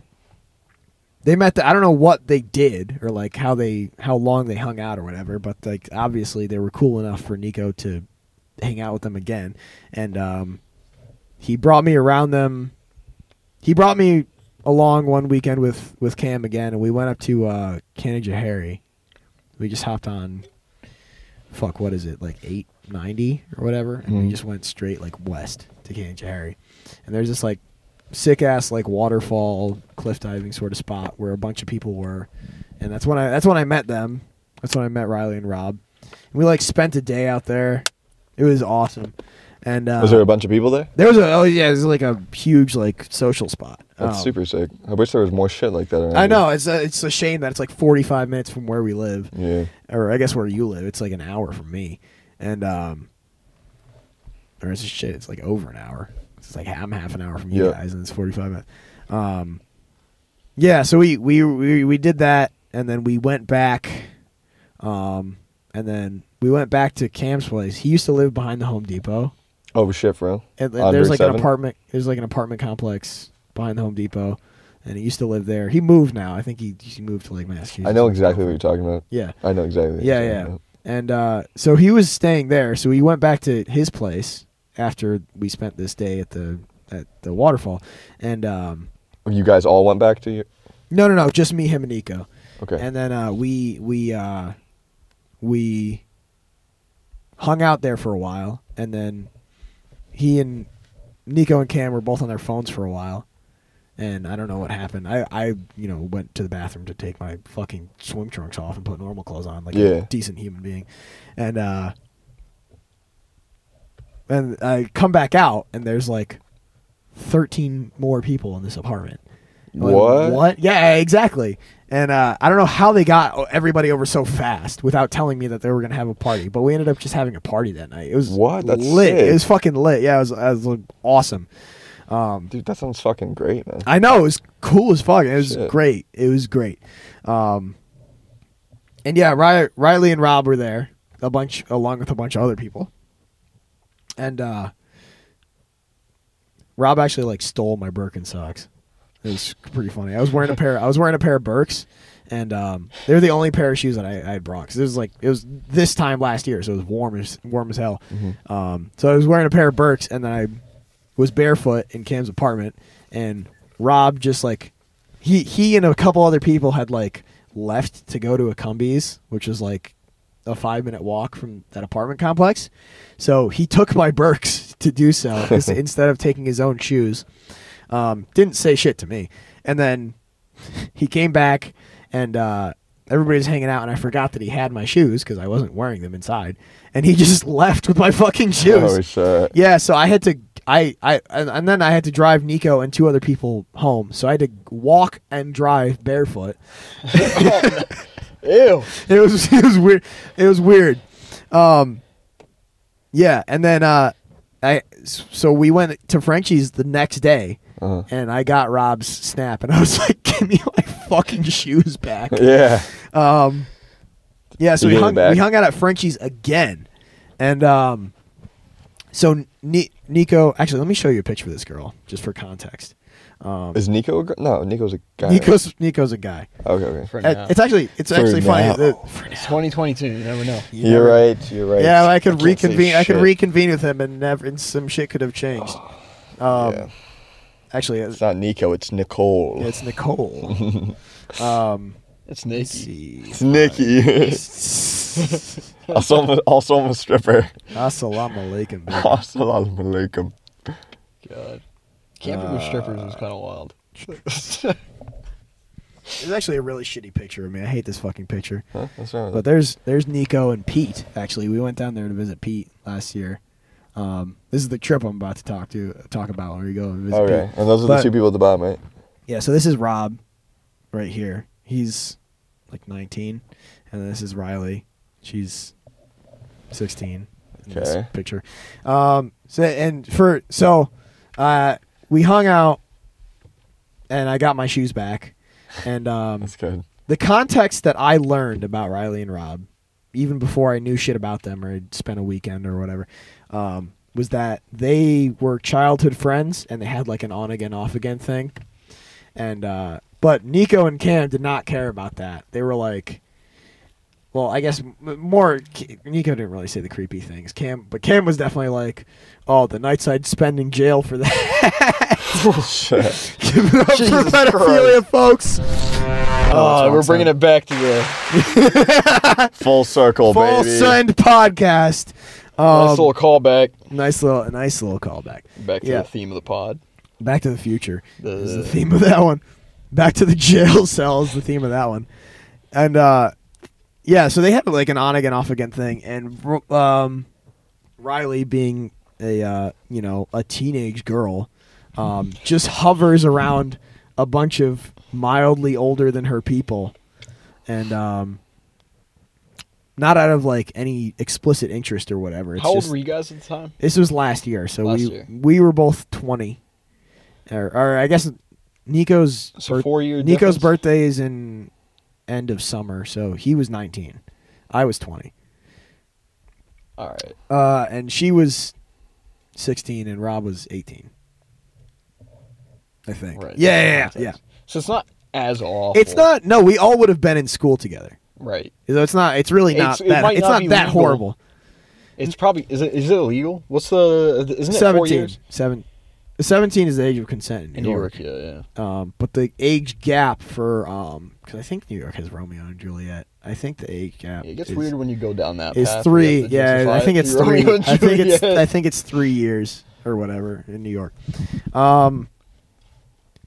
S1: they met the, I don't know what they did or like how they how long they hung out or whatever, but like obviously they were cool enough for Nico to hang out with them again. And um he brought me around them. He brought me along one weekend with with Cam again and we went up to uh Canajoharie. We just hopped on fuck what is it? Like 890 or whatever and we
S2: Mhm.
S1: just went straight like west to Canajoharie. And there's this like sick ass like waterfall cliff diving sort of spot where a bunch of people were and that's when i that's when i met them that's when i met riley and rob and we like spent a day out there it was awesome and uh,
S2: Was there a bunch of people there?
S1: there was a oh yeah it was like a huge like social spot
S2: That's
S1: Um,
S2: super sick. I wish there was more shit like that. around
S1: i
S2: here.
S1: know it's a, it's a shame that it's like 45 minutes from where we live
S2: Yeah.
S1: or I guess where you live, it's like an hour from me, and um, or it's just shit. It's like over an hour. It's like I'm half an hour from you
S2: Yeah.
S1: guys, and it's 45 minutes. Um, yeah. So we we we we did that, and then we went back, um, and then we went back to Cam's place. He used to live behind the Home Depot.
S2: Oh shit, bro.
S1: And,
S2: On
S1: and there's
S2: Route
S1: like an
S2: 7?
S1: apartment. There's like an apartment complex behind the Home Depot, and he used to live there. He moved now. I think he, he moved to like Massachusetts.
S2: I know exactly what you're talking about.
S1: Yeah.
S2: I know exactly. What
S1: Yeah,
S2: you're
S1: yeah.
S2: talking
S1: And uh, so he was staying there. So he went back to his place after we spent this day at the at the waterfall. And um,
S2: about. You guys all went back to you.
S1: no, no, no, just me, him, and Nico.
S2: Okay.
S1: And then uh, we we uh, we hung out there for a while, and then he and Nico and Cam were both on their phones for a while, and I don't know what happened. I, I you know went to the bathroom to take my fucking swim trunks off and put normal clothes on, like a
S2: Yeah.
S1: decent human being, and uh, and I come back out, and there's like thirteen more people in this apartment. I'm like,
S2: What?
S1: What? Yeah, exactly. And uh, I don't know how they got everybody over so fast without telling me that they were gonna have a party, but we ended up just having a party that night. It was
S2: What? That's
S1: lit.
S2: sick.
S1: It was fucking lit. Yeah, it was, it was like, awesome.
S2: Dude, that sounds fucking great, man.
S1: I know it was cool as fuck. It was
S2: Shit.
S1: great. It was great. Um, and yeah, Ri- Riley and Rob were there, a bunch along with a bunch of other people. And uh, Rob actually like stole my Birkenstocks. It was pretty funny. I was wearing a pair. I was wearing a pair of Birks, and um, they were the only pair of shoes that I, I had brought. Cause it was like it was this time last year, so it was warm as warm as hell. Um, so I was wearing a pair of Birks, and then I was barefoot in Cam's apartment, and Rob just like he he and a couple other people had like left to go to a Cumbies, which is like a five minute walk from that apartment complex. So he took my Birks to do so is- instead of taking his own shoes. Um, didn't say shit to me. And then he came back and uh, everybody was hanging out, and I forgot that he had my shoes because I wasn't wearing them inside. And he (laughs) just left with my fucking shoes.
S2: Oh shit.
S1: Yeah, so I had to I I and, and then I had to drive Nico and two other people home. So I had to walk and drive barefoot.
S3: Ew.
S1: It was (laughs) it was weird. It was weird. Um yeah, and then uh I so we went to Frenchie's the next day.
S2: Uh-huh.
S1: And I got Rob's snap, and I was (laughs) like, "Give me my fucking shoes back."
S2: (laughs) Yeah.
S1: Um, yeah, so
S2: You
S1: we
S2: gave it
S1: hung,
S2: back?
S1: we hung out at Frenchie's again. And um, so Ni- Nico, actually, let me show you a picture of this girl just for context. Um,
S2: Is Nico? A gr- no, Nico's a guy.
S1: Nico's Nico's a guy.
S2: Okay, okay.
S3: For
S1: Uh,
S3: now.
S1: It's actually it's
S2: For
S1: actually
S2: now.
S1: funny. that-
S3: It's 2022. You never know.
S2: You're right. You're right.
S1: yeah, I could
S2: can't say
S1: reconvene. I could
S2: shit.
S1: reconvene with him, and never and some shit could have
S2: (gasps)
S1: changed. Um,
S2: Yeah.
S1: Actually, it's,
S2: It's not Nico. It's Nicole. It's,
S1: it's
S2: (laughs)
S1: Nicole. um, let's
S3: It's Nikki.
S1: see.
S2: Nikki. also, I'm a, also, I'm a stripper. (laughs)
S1: Assalamu alaikum. baby.
S2: Assalamu alaikum.
S3: God. Camping
S1: Uh,
S3: with strippers is kind of wild. (laughs)
S1: Oh, It's actually a really shitty picture of me. I hate this fucking picture.
S2: Huh? What's wrong
S1: But
S2: with
S1: there's there's Nico and Pete. Actually, we went down there to visit Pete last year. Um, this is the trip I'm about to talk to talk about when we go and
S2: that?
S1: visit
S2: Okay,
S1: Pete.
S2: and those are
S1: But-
S2: the two people at the bottom, right?
S1: Yeah, so this is Rob, right here. He's like 19, and this is Riley. She's 16. In this
S2: Okay.
S1: picture. Um, so and for so, uh, we hung out, and I got my shoes back, and um,
S2: That's good.
S1: the context that I learned about Riley and Rob, even before I knew shit about them or had spent a weekend or whatever, um, was that they were childhood friends and they had like an on again, off again thing. And uh, but Nico and Cam did not care about that. They were like, well, I guess m- more K- Nico didn't really say the creepy things. Cam, but Cam was definitely like, oh, the nights I'd spend in jail for that, (laughs)
S2: shit.
S1: giving up for
S3: Jesus
S1: pedophilia, folks.
S3: Uh, we're bringing
S1: it.
S3: it back to the
S2: Full circle,
S3: Oh,
S1: Full
S2: baby.
S1: Send podcast. Um,
S3: nice little callback.
S1: nice little, nice little callback.
S3: Back to
S1: yeah.
S3: the theme of the pod.
S1: Back to the future is the
S3: The-
S1: theme of that one. Back to the jail (laughs) cell is the theme of that one. And uh, yeah, so they had like an on again, off again thing, and Ro- um, Riley being a uh, you know a teenage girl, um,
S3: (laughs)
S1: just hovers around a bunch of mildly older than her people, and um, not out of like any explicit interest or whatever. It's
S3: How old
S1: just-
S3: were you guys at the time?
S1: this was last year, so
S3: Last
S1: we
S3: year.
S1: we were both twenty, or, or I guess Nico's
S3: So
S1: birth-
S3: four year.
S1: Nico's
S3: difference?
S1: birthday is in end of summer, so he was nineteen, I was twenty,
S3: All right.
S1: uh, and she was sixteen, and Rob was eighteen. I think.
S3: Right.
S1: Yeah, yeah, yeah, yeah.
S3: So it's not as awful.
S1: It's not. No, we all would have been in school together.
S3: right.
S1: So it's not. It's really not
S3: It's- it
S1: that.
S3: might
S1: It's
S3: not
S1: not,
S3: be
S1: that
S3: legal.
S1: horrible.
S3: It's probably is it is it illegal? What's the isn't it four
S1: Seventeen.
S3: years
S1: Seven. Seventeen is the age of consent in New,
S3: in New York? Yeah, yeah.
S1: um, but the age gap for um 'cause because I think New York has Romeo and Juliet I think the age gap.
S3: It gets
S1: is,
S3: weird when you go down that.
S1: Is
S3: path.
S1: three?
S3: You have to
S1: Yeah,
S3: justify
S1: I
S3: it
S1: think it's
S3: to your
S1: three.
S3: Romeo and
S1: I think it's
S3: Juliet.
S1: I think it's three years or whatever in New York. Um,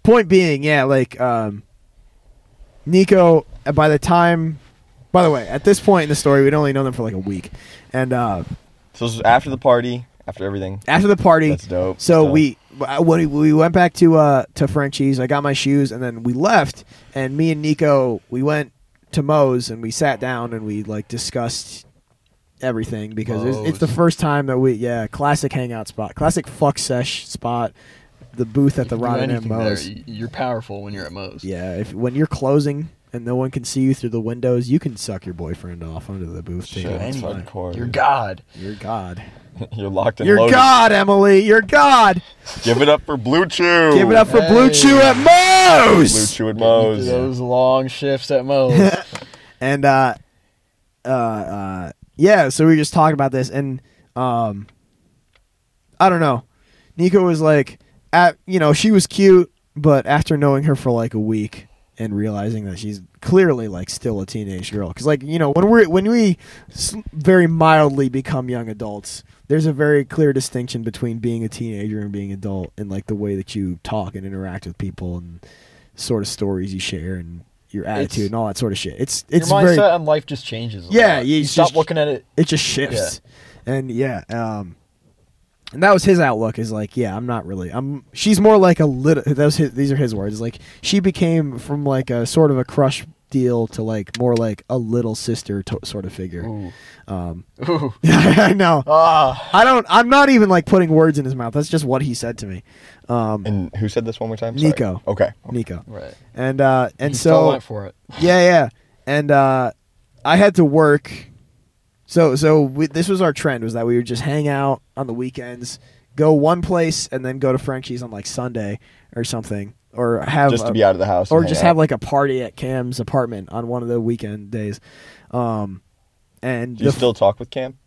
S1: point being, yeah, like um, Nico. uh, By the time, by the way, at this point in the story, we'd only known them for like a week, and uh,
S5: So this was after the party, after everything. (laughs)
S1: after the party,
S5: That's dope.
S1: So
S5: Dope.
S1: we I- when we went back to uh to Frenchie's. I got my shoes and then we left. And me and Nico we went to Moe's and we sat down and we like discussed everything because it's, it's the
S3: Moe's.
S1: first time that we yeah classic hangout spot, classic fuck sesh spot, the booth at the
S3: You do
S1: Ron and
S3: anything there,
S1: Moe's.
S3: y- You're powerful when you're at Moe's.
S1: Yeah, if when you're closing and no one can see you through the windows, you can suck your boyfriend off under the booth
S5: Shit,
S1: table.
S5: that's
S1: It's fine.
S5: hardcore.
S3: You're God.
S1: You're God.
S5: You're locked and
S1: You're
S5: loaded.
S1: God, Emily. You're God.
S5: Give it up for Blue Chew.
S1: Give it up for Blue
S3: Hey.
S1: Chew at Moe's.
S5: Blue Chew and
S3: Through
S5: Moe's.
S3: Those long shifts at Moe's.
S1: and uh, uh, uh, yeah, so we were just talking about this, and um, I don't know. Nico was like, at you know, she was cute, but after knowing her for like a week and realizing that she's clearly like still a teenage girl, because like you know, when we're when we s- very mildly become young adults. There's a very clear distinction between being a teenager and being adult, and like the way that you talk and interact with people, and sort of stories you share, and your attitude, and all that sort of shit. It's (laughs) it's
S3: your mindset
S1: very
S3: on life just changes. a
S1: Yeah,
S3: lot.
S1: you
S3: you, stop
S1: just-
S3: looking at it.
S1: it just shifts and yeah um and that was his outlook is like yeah i'm not really i'm she's more like a little those his, these are his words like she became from like a sort of a crush deal to like more like a little sister to, sort of figure um
S3: Ooh.
S1: (laughs) i know
S3: Ah,
S1: i don't i'm not even like putting words in his mouth that's just what he said to me um
S5: And who said this one more time? Sorry.
S1: Nico.
S5: Okay.
S1: nico
S3: right.
S1: and uh and
S3: He
S1: so
S3: still went for it.
S1: yeah, yeah. And uh, I had to work. So so we, this was our trend was that we would just hang out on the weekends, go one place and then go to Frenchie's on like Sunday or something or have
S5: Just
S1: a-
S5: to be out of the house.
S1: or
S5: and
S1: just
S5: hang
S1: have
S5: out.
S1: like a party at Cam's apartment on one of the weekend days. Um and
S5: Do you
S1: the-
S5: still talk with Cam?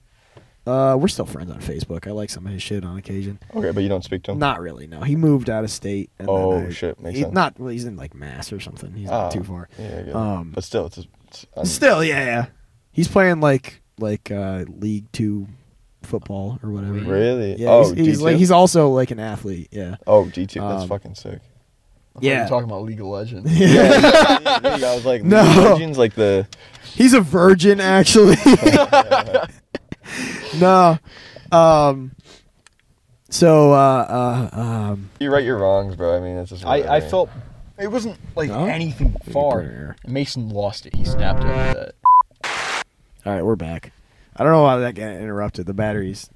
S1: uh, we're still friends on Facebook. I like some of his shit on occasion.
S5: Okay, but you don't speak to him.
S1: Not really. No, he moved out of state. And then
S5: Oh,
S1: I-
S5: shit, makes
S1: he-
S5: sense.
S1: Not well, he's in like Mass or something. He's
S5: Ah,
S1: not too far.
S5: Yeah, I get it.
S1: Um,
S5: but still, it's, it's un-
S1: Still, yeah, yeah. He's playing like like uh League Two football or whatever.
S5: really.
S1: Yeah,
S5: oh,
S1: he's, he's
S5: G2?
S1: like he's also like an athlete. Yeah.
S5: oh, G two. That's
S1: um,
S5: fucking sick.
S3: I thought you
S1: Yeah.
S3: were talking about League
S1: (laughs)
S3: of Legends.
S5: Yeah, yeah, yeah, yeah, I was like,
S1: No.
S5: League of Legends, like the
S1: He's a virgin,
S5: (laughs)
S1: actually. (laughs) no. Um. So, uh, uh, um,
S5: you right your wrongs, bro. I mean, that's just.
S3: I, I
S5: whatever.
S3: felt it wasn't like
S1: Oh, No?
S3: anything far. Mason lost it. He snapped after that.
S1: all right, we're back. I don't know why that got interrupted. The batteries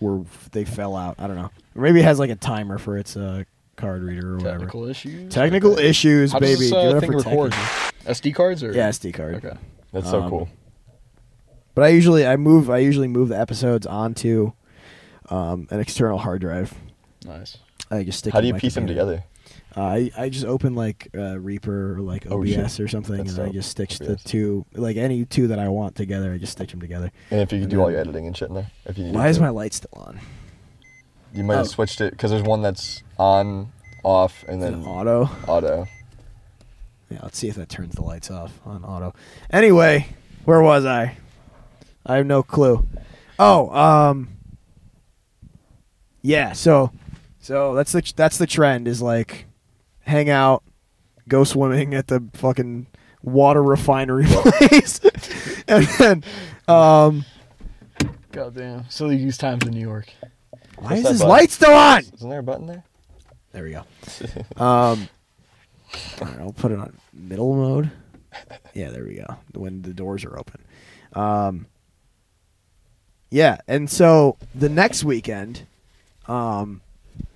S1: were they fell out. I don't know. Or maybe it has like a timer for its uh, card reader or whatever.
S3: Technical issues.
S1: Technical issues,
S3: How
S1: baby.
S3: does this
S1: Give it
S3: uh,
S1: up
S3: thing
S1: for
S3: record?
S1: technical-
S3: SD cards or
S1: Yeah, SD card.
S3: Okay.
S5: that's so
S1: um,
S5: cool.
S1: But I usually I move I usually move the episodes onto um, an external hard drive.
S3: Nice.
S1: I just stick.
S5: How
S1: it
S5: do
S1: in
S5: you
S1: my
S5: piece them
S1: computer.
S5: together?
S1: Uh, I I just open like uh, Reaper or like
S5: Oh, shit.
S1: OBS or something,
S5: That's
S1: and I
S5: dope.
S1: just stitch the
S5: OBS.
S1: two like any two that I want together. I just stitch them together.
S5: And if you could
S1: And
S5: do all
S1: then-
S5: your editing and shit in there, if you need
S1: Why is
S5: to.
S1: my light still on?
S5: You might have
S1: Oh.
S5: switched it because there's one that's on, off, and
S1: Is it
S5: then
S1: auto.
S5: auto.
S1: Yeah, let's see if that turns the lights off on auto. Anyway, where was I? I have no clue. Oh, um, yeah. So, so that's the that's the trend is like, hang out, go swimming at the fucking water refinery (laughs) place, and then, um,
S3: Goddamn. Silly use times in New York.
S1: why is
S5: that
S1: this
S5: button?
S1: light still on?
S5: Isn't there a button there?
S1: There we go. (laughs) Um, all right, I'll put it on middle mode. Yeah, there we go. When the doors are open. Um, yeah, and so the next weekend, um,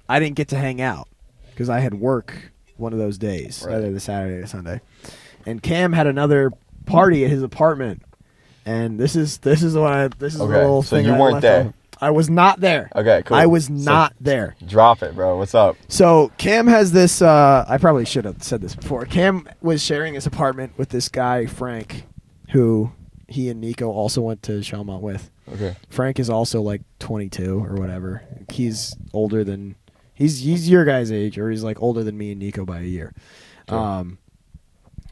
S1: I didn't get to hang out because I had work one of those days,
S3: Right.
S1: either the Saturday or the Sunday. And Cam had another party at his apartment, and this is this is what I this is the
S5: Okay,
S1: little
S5: so
S1: thing
S5: you
S1: I
S5: weren't
S1: left
S5: there.
S1: on. I was not there.
S5: Okay, cool.
S1: I was
S5: So-
S1: not there.
S5: Drop it, bro. What's up?
S1: So Cam has this. Uh, I probably should have said this before. Cam was sharing his apartment with this guy Frank, who he and Nico also went to Chalmont with.
S5: Okay.
S1: Frank is also like 22 or whatever. He's older than he's he's your guy's age, or he's like older than me and Nico by a year.
S5: Sure.
S1: Um,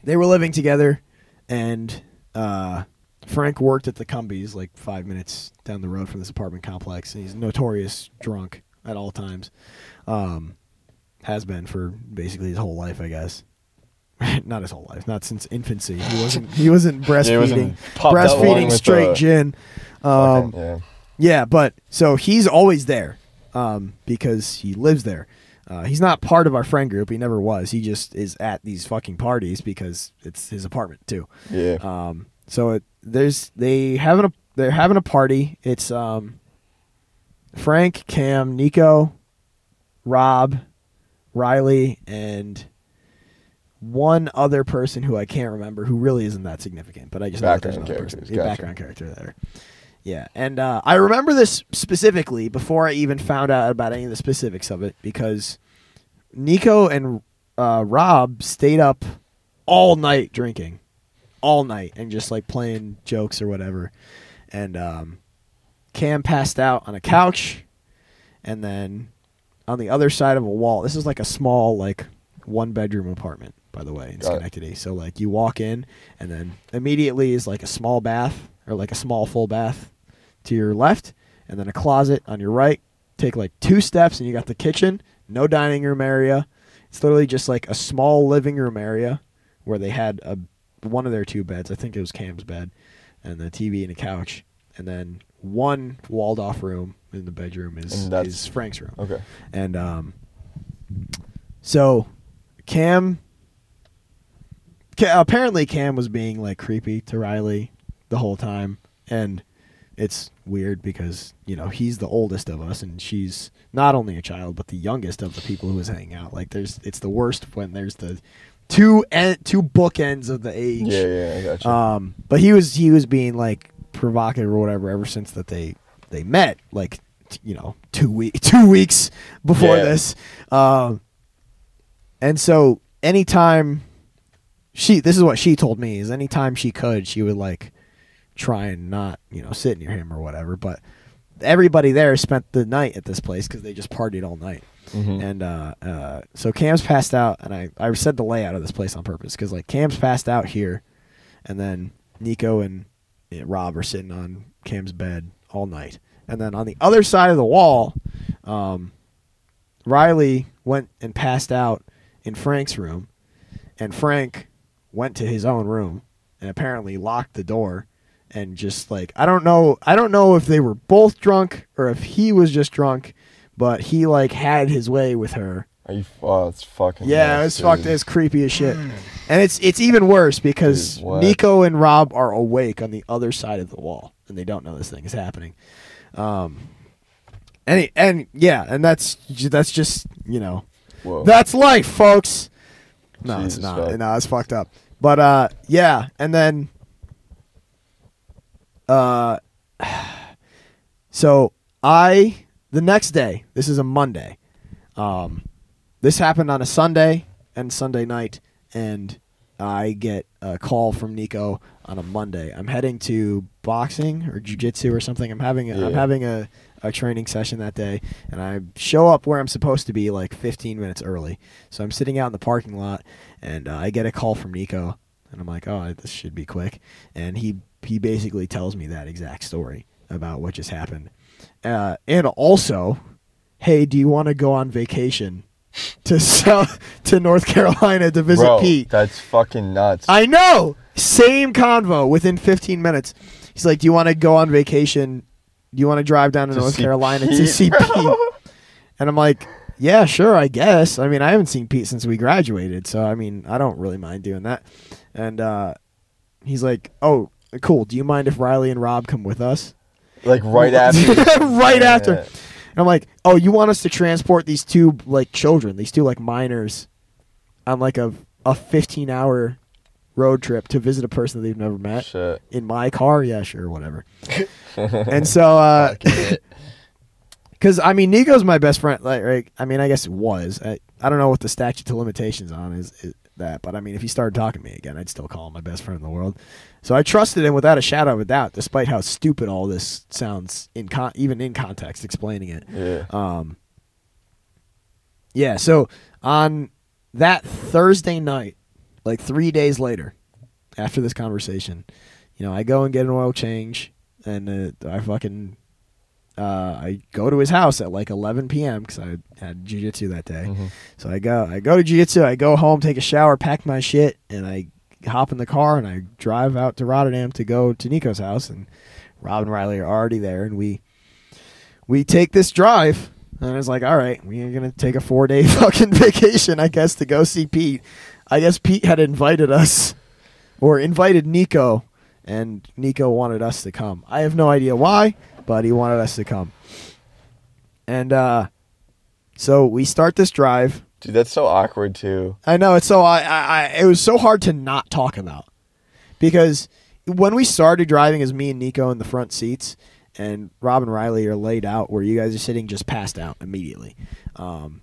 S1: they were living together, and uh, Frank worked at the Cumbies, like five minutes down the road from this apartment complex, and he's notorious drunk at all times. Um, has been for basically his whole life, I guess. (laughs) not his whole life, not since infancy. He wasn't. He wasn't breastfeeding.
S5: wasn't
S3: popped up along
S1: breastfeeding
S5: with
S1: straight
S5: the-
S1: gin. Um,
S5: Fucking- yeah.
S1: yeah, but so he's always there um, because he lives there. Uh, he's not part of our friend group. He never was. He just is at these fucking parties because it's his apartment too.
S5: Yeah.
S1: Um, so it, there's they having a they're having a party. It's um, Frank, Cam, Nico, Rob, Riley, and one other person who I can't remember who really isn't that significant, but I just know that there's
S5: Background
S1: another person,
S5: characters,
S1: a
S5: gotcha.
S1: background character there. Yeah, and uh, I remember this specifically before I even found out about any of the specifics of it because Nico and uh, Rob stayed up all night drinking, all night, and just like playing jokes or whatever. And um, Cam passed out on a couch, and then on the other side of a wall. This is like a small, like one bedroom apartment, by the way, in
S5: Got it.
S1: Schenectady. So like you walk in, and then immediately is like a small bath or like a small full bath to your left, and then a closet on your right. Take like two steps, and you got the kitchen. No dining room area. It's literally just like a small living room area where they had a one of their two beds. I think it was Cam's bed, and the TV and a couch, and then one walled off room in the bedroom is
S5: And that's-
S1: is Frank's room.
S5: Okay.
S1: And um, so Cam, Ca- apparently Cam was being like creepy to Riley the whole time, and it's weird because you know he's the oldest of us, and she's not only a child but the youngest of the people who was hanging out. Like there's, it's the worst when there's the two en- two bookends of the age.
S5: Yeah, yeah, I got you.
S1: Um, but he was he was being like provocative or whatever ever since that they they met, like t- you know, two week (laughs) two weeks before
S5: Yeah.
S1: this. Um, and so anytime she, this is what she told me is anytime she could, she would like try and not you know sit near him or whatever. But everybody there spent the night at this place because they just partied all night. And uh, uh, so Cam's passed out, and I, I said the layout of this place on purpose because like Cam's passed out here, and then Nico and eh, Rob are sitting on Cam's bed all night, and then on the other side of the wall, um, Riley went and passed out in Frank's room, and Frank went to his own room and apparently locked the door and just like I don't know I don't know if they were both drunk or if he was just drunk, but he like had his way with her.
S5: Are you? Oh, it's fucking.
S1: Yeah,
S5: nuts,
S1: it's fucked.
S5: dude.
S1: It's creepy as shit, and it's it's even worse because
S5: Dude, what?
S1: Nico and Rob are awake on the other side of the wall, and they don't know this thing is happening. Um, and and yeah, and that's ju- that's just you know
S5: Whoa.
S1: that's life, folks. No, it's
S5: Jesus,
S1: not.
S5: fuck.
S1: No, it's fucked up. But uh, yeah, and then uh, (sighs) so I the next day. This is a Monday. Um, this happened on a Sunday and Sunday night, and I get a call from Nico on a Monday. I'm heading to boxing or jujitsu or something. I'm having a, I'm
S5: Yeah.
S1: having a, a training session that day, and I show up where I'm supposed to be like 15 minutes early. So I'm sitting out in the parking lot, and uh, I get a call from Nico, and I'm like, oh, this should be quick. And he he basically tells me that exact story about what just happened, uh, and also, hey, do you want to go on vacation? To South (laughs) to North Carolina to visit
S5: Bro,
S1: Pete.
S5: That's fucking nuts.
S1: I know. Same convo within 15 minutes. He's like, "Do you want to go on vacation? Do you want to drive down to,
S5: To
S1: North
S5: see
S1: Carolina to
S5: Pete, (laughs)
S1: see
S5: bro."
S1: Pete?" And I'm like, "Yeah, sure, I guess. I mean, I haven't seen Pete since we graduated, so I mean, I don't really mind doing that." And uh, he's like, "Oh, cool. Do you mind if Riley and Rob come with us?"
S5: like
S1: (laughs)
S5: right after.
S1: right
S5: Yeah.
S1: after. And I'm like, oh, you want us to transport these two like children, these two like minors, on like a a 15 hour road trip to visit a person that they've never met
S5: Shit.
S1: in my car? Yeah, sure, whatever. (laughs) and so, uh, (laughs) because I mean, Nico's my best friend. Like, like, I mean, I guess it was. I, I don't know what the statute of limitations on is, is that, but I mean, if he started talking to me again, I'd still call him my best friend in the world. So I trusted him without a shadow of a doubt, despite how stupid all this sounds in con- even in context explaining it.
S5: Yeah.
S1: Um, yeah, so on that Thursday night, like three days later, after this conversation, You know, I go and get an oil change, and uh, I fucking uh, I go to his house at like 11 p.m. because I had jujitsu that day. So I go, I go to jujitsu, I go home, take a shower, pack my shit, and I hop in the car and I drive out to Rotterdam to go to Nico's house, and Rob and Riley are already there, and we we take this drive. And I was like, all right, we are gonna take a four day (laughs) fucking vacation, I guess, to go see Pete. I guess Pete had invited us or invited Nico, and Nico wanted us to come. I have no idea why, but he wanted us to come. And uh, so we start this drive.
S5: Dude, that's so awkward too.
S1: I know it's so I, I, I it was so hard to not talk about because when we started driving, as me and Nico in the front seats, and Rob and Riley are laid out where you guys are sitting, just passed out immediately. Um,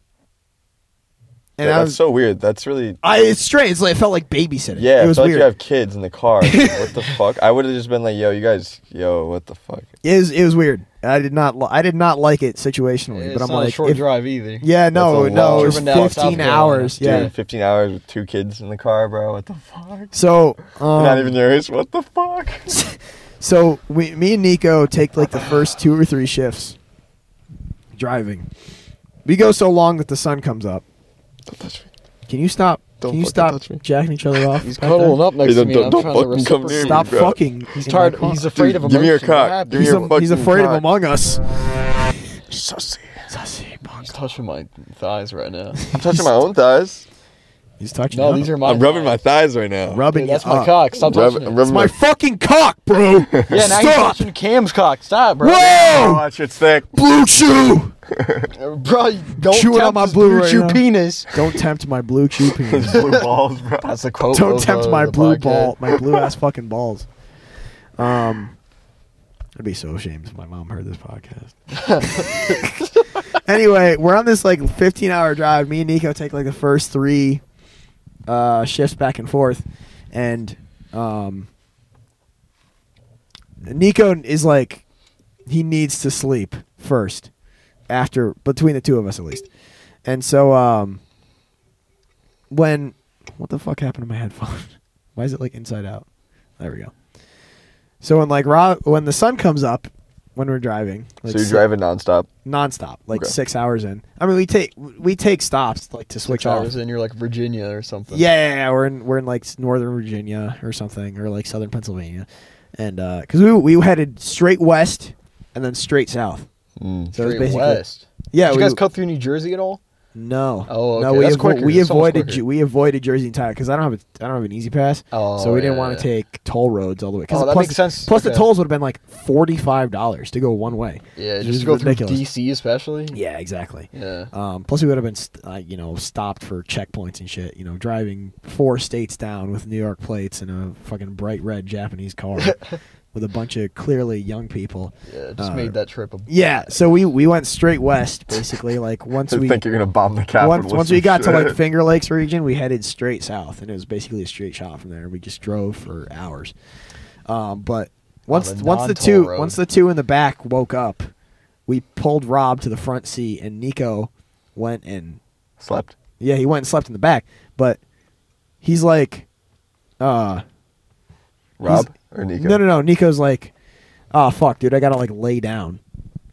S1: and
S5: Yeah,
S1: I
S5: that's
S1: was,
S5: so weird. That's really
S1: I it's strange. It's like, it felt like babysitting.
S5: yeah.
S1: it
S5: I
S1: was
S5: feel like
S1: weird.
S5: you have kids in the car. what
S1: (laughs)
S5: the fuck? I would have just been like, yo, you guys, yo, what the fuck?
S1: It was, it was weird. I did not li- I did not like it situationally,
S3: It's
S1: but I'm
S3: not
S1: like
S3: a short
S1: if-
S3: drive either.
S1: Yeah, no,
S5: That's a
S1: no,
S5: long
S1: it was
S3: driven down South
S1: 15
S3: Carolina.
S1: hours.
S5: Dude,
S1: Yeah.
S5: 15 hours with two kids in the car, bro. What the fuck?
S1: So, um,
S5: Not even yours. What the fuck?
S1: so we, me and Nico take like the first two or three shifts driving. We go so long that the sun comes up.
S2: Don't touch me.
S1: Can you stop?
S2: Don't
S1: can you
S2: fucking
S1: stop
S2: touch me.
S1: jacking each other off?
S3: He's
S1: back
S3: cuddling
S1: there?
S3: up next
S5: Hey,
S3: to me.
S5: don't-
S3: and I'm
S5: don't
S3: trying to
S5: fucking come near
S3: reciprocate.
S5: me.
S1: Stop
S5: bro.
S1: fucking.
S3: He's
S1: in
S3: tired.
S1: my car.
S3: He's afraid of
S5: Dude,
S3: emotion.
S5: give me your cock.
S3: What happened?
S5: Give me
S1: He's,
S5: your
S1: am- he's
S5: fucking
S1: afraid of
S5: cock.
S1: Among Us.
S5: Sussy.
S3: He's touching my thighs
S1: (laughs)
S3: right now.
S5: I'm touching my own thighs.
S1: He's touching.
S3: No,
S1: up.
S3: these are my.
S5: I'm rubbing my
S3: thighs.
S5: thighs right now.
S1: rubbing.
S3: Dude, that's
S1: it
S3: my
S1: up.
S3: cock. Stop
S5: Rub-
S3: touching
S5: I'm
S3: it.
S5: rubbing
S1: It's my fucking cock, bro.
S3: (laughs) Yeah, now you're
S1: stop.
S3: touching Cam's cock. Stop, bro.
S5: Oh,
S1: Whoa,
S5: that shit's thick.
S1: blue
S3: (laughs)
S1: chew.
S3: Bro, you don't
S1: Chew it on
S3: tempt
S1: my
S3: this
S1: blue
S3: blue
S1: right
S3: chew
S1: now.
S3: penis.
S1: Don't tempt my blue chew penis.
S5: Blue
S1: (laughs)
S5: balls, bro.
S3: That's the quote.
S1: Don't
S3: of,
S1: tempt
S3: uh,
S1: my
S3: the
S1: blue
S3: podcast.
S1: ball, my blue ass fucking balls. Um, I'd be so ashamed if my mom heard this podcast. anyway, we're on this like 15 hour drive. Me and Nico take like the first three uh, shifts back and forth, and um, Nico is like he needs to sleep first after between the two of us at least, and so um, when what the fuck happened to my (laughs) headphone? Why is it like inside out? There we go. So when like Rob, when the sun comes up, when we're driving, like
S5: so you're
S1: si-
S5: driving nonstop.
S1: nonstop, like
S5: Okay.
S1: six hours in. I mean, we take we take stops like to switch
S3: Six
S1: off.
S3: hours in, you're like Virginia or something.
S1: Yeah, yeah, yeah, we're in we're in like northern Virginia or something, or like southern Pennsylvania, and because we we headed straight west and then straight south.
S5: Mm.
S1: So it was
S3: Straight
S1: basically-
S3: west.
S1: Yeah,
S3: Did
S1: we,
S3: you guys cut through New Jersey at all?
S1: no,
S3: Oh,
S1: no,
S3: okay,
S1: we
S3: that's
S1: avo-
S3: quicker,
S1: we
S3: it's so much
S1: avoided
S3: quicker.
S1: Ju- we avoided Jersey entire because I don't have a I don't have an easy pass,
S3: Oh,
S1: so we didn't
S3: yeah,
S1: want
S3: yeah.
S1: to take toll roads all the way. 'cause
S3: Oh, that
S1: plus-
S3: makes sense.
S1: Plus, the
S3: Okay.
S1: tolls would have been like forty five dollars to go one way.
S3: Yeah,
S1: Which
S3: just
S1: is
S3: go
S1: ridiculous.
S3: through DC especially.
S1: Yeah, exactly.
S3: Yeah.
S1: Um, plus, we would have been, st- uh, you know, stopped for checkpoints and shit. You know, driving four states down with New York plates and a fucking bright red Japanese
S3: (laughs)
S1: car with a bunch of clearly young people.
S3: Yeah, just
S1: Uh,
S3: made that trip. (laughs) A-
S1: Yeah, so we we went straight west basically. Like once
S5: I
S1: we
S5: think you're gonna bomb the capital.
S1: once, once we got to like Finger Lakes region, we headed straight south, and it was basically a straight shot from there. We just drove for hours. Um, but once
S3: the
S1: once the
S3: non-toll
S1: two
S3: road.
S1: once the two in the back woke up, we pulled Rob to the front seat, and Nico went and
S5: slept.
S1: yeah, he went and slept in the back. But he's like, uh,
S5: Rob or Nico?
S1: no, no, no. Nico's like, oh fuck, dude, I gotta like lay down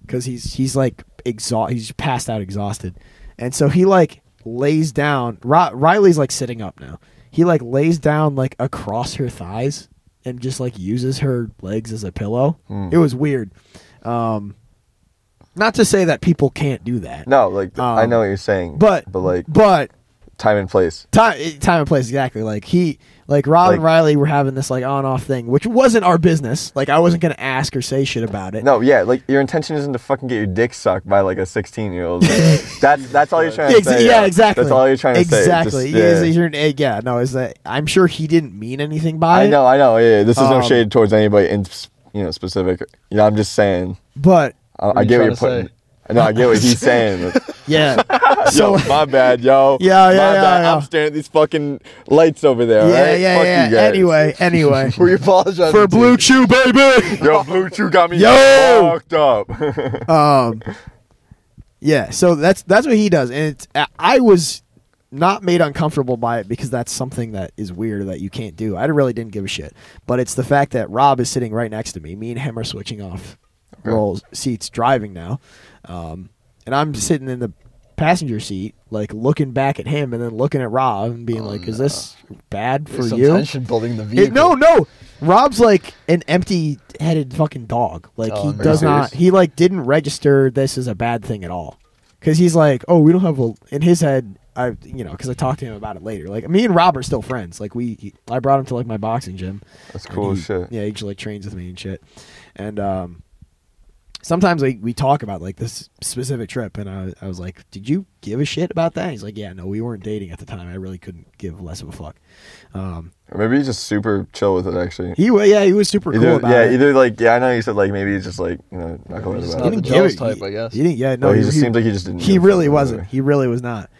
S1: because he's he's like exhaust, he's passed out, exhausted, and so he like lays down. Ri- Riley's like sitting up now. He like lays down like across her thighs and just like uses her legs as a pillow.
S5: Hmm.
S1: It was weird. Um, not to say that people can't do that.
S5: No, like I
S1: Um,
S5: know what you're saying,
S1: but-
S5: but like
S1: but
S5: time and place.
S1: time eh, time and place exactly like he like rob and
S5: Like-
S1: riley were having this like on off thing which wasn't our business like i wasn't gonna ask or say shit about it
S5: No, yeah, like your intention isn't to fucking get your dick sucked by like a 16 year old.
S1: (laughs)
S5: that's that's all you're trying
S1: yeah,
S5: to
S1: ex-
S5: say.
S1: yeah, exactly
S5: That's all you're trying to say.
S1: exactly
S5: Just, yeah.
S1: Is- is your- eh, yeah no is that i'm sure he didn't mean anything
S5: I
S1: by it
S5: know, I know. Yeah, this is no
S1: Um,
S5: shade towards anybody in s- you know specific. You know, I'm just saying.
S1: but
S5: I,
S3: What
S5: I
S3: are you
S5: get what
S3: trying
S5: you're
S3: to say?
S5: putting. No, I get what
S3: (laughs)
S5: he's saying. (laughs)
S1: yeah so
S5: yo, my bad, yo.
S1: (laughs) Yeah, yeah,
S5: my
S1: yeah,
S5: bad.
S1: yeah.
S5: I'm staring at these fucking lights over there.
S1: yeah
S5: alright?
S1: yeah
S5: Fuck
S1: yeah,
S5: You guys.
S1: anyway
S5: (laughs)
S1: anyway
S3: Were you apologizing
S1: for
S3: to?
S1: blue chew baby
S5: Yo, Blue Chew got me
S1: Yo!
S5: fucked up. (laughs)
S1: um yeah so that's that's what he does and it's, I- i was not made uncomfortable by it because that's something that is weird that you can't do. I really didn't give a shit. But it's the fact that Rob is sitting right next to me. Me and him are switching off roles seats driving now. Um, and I'm sitting in the passenger seat, like looking back at him and then looking at Rob and being like, is this bad for
S3: Oh, Some
S1: you?
S3: tension building the
S1: It-
S3: vehicle.
S1: no, no. Rob's like an empty-headed fucking dog. Like
S3: Oh,
S1: he
S3: no.
S1: does
S5: Are you
S1: not.
S5: serious?
S1: He like didn't register this as a bad thing at all, because he's like, oh, we don't have a. In his head, I you know, because I talked to him about it later. Like me and Rob are still friends. Like we, he, I brought him to like my boxing gym.
S5: That's
S1: and
S5: cool as
S1: he-
S5: shit.
S1: Yeah, he just like trains with me and shit, and um. Sometimes like we talk about like this specific trip, and I, I was like, "Did you give a shit about that?" He's like, "Yeah, no, we weren't dating at the time. I really couldn't give less of a fuck." Um,
S5: Or maybe he's just super chill with it, actually.
S1: he wa- yeah, he was super
S5: either,
S1: cool about
S5: yeah,
S1: it.
S5: either like, yeah, I know you said like maybe he's just like, you know, knucklehead
S3: He's
S5: about
S3: not
S5: it.
S3: the
S1: didn't
S3: jealous
S1: give
S3: type,
S1: he-
S3: I guess.
S1: He didn't. Yeah, no,
S5: No, he, just seemed like he just didn't.
S1: he
S5: give a
S1: really
S5: fuck about
S1: wasn't.
S5: it.
S1: He really
S5: (laughs)
S1: was not.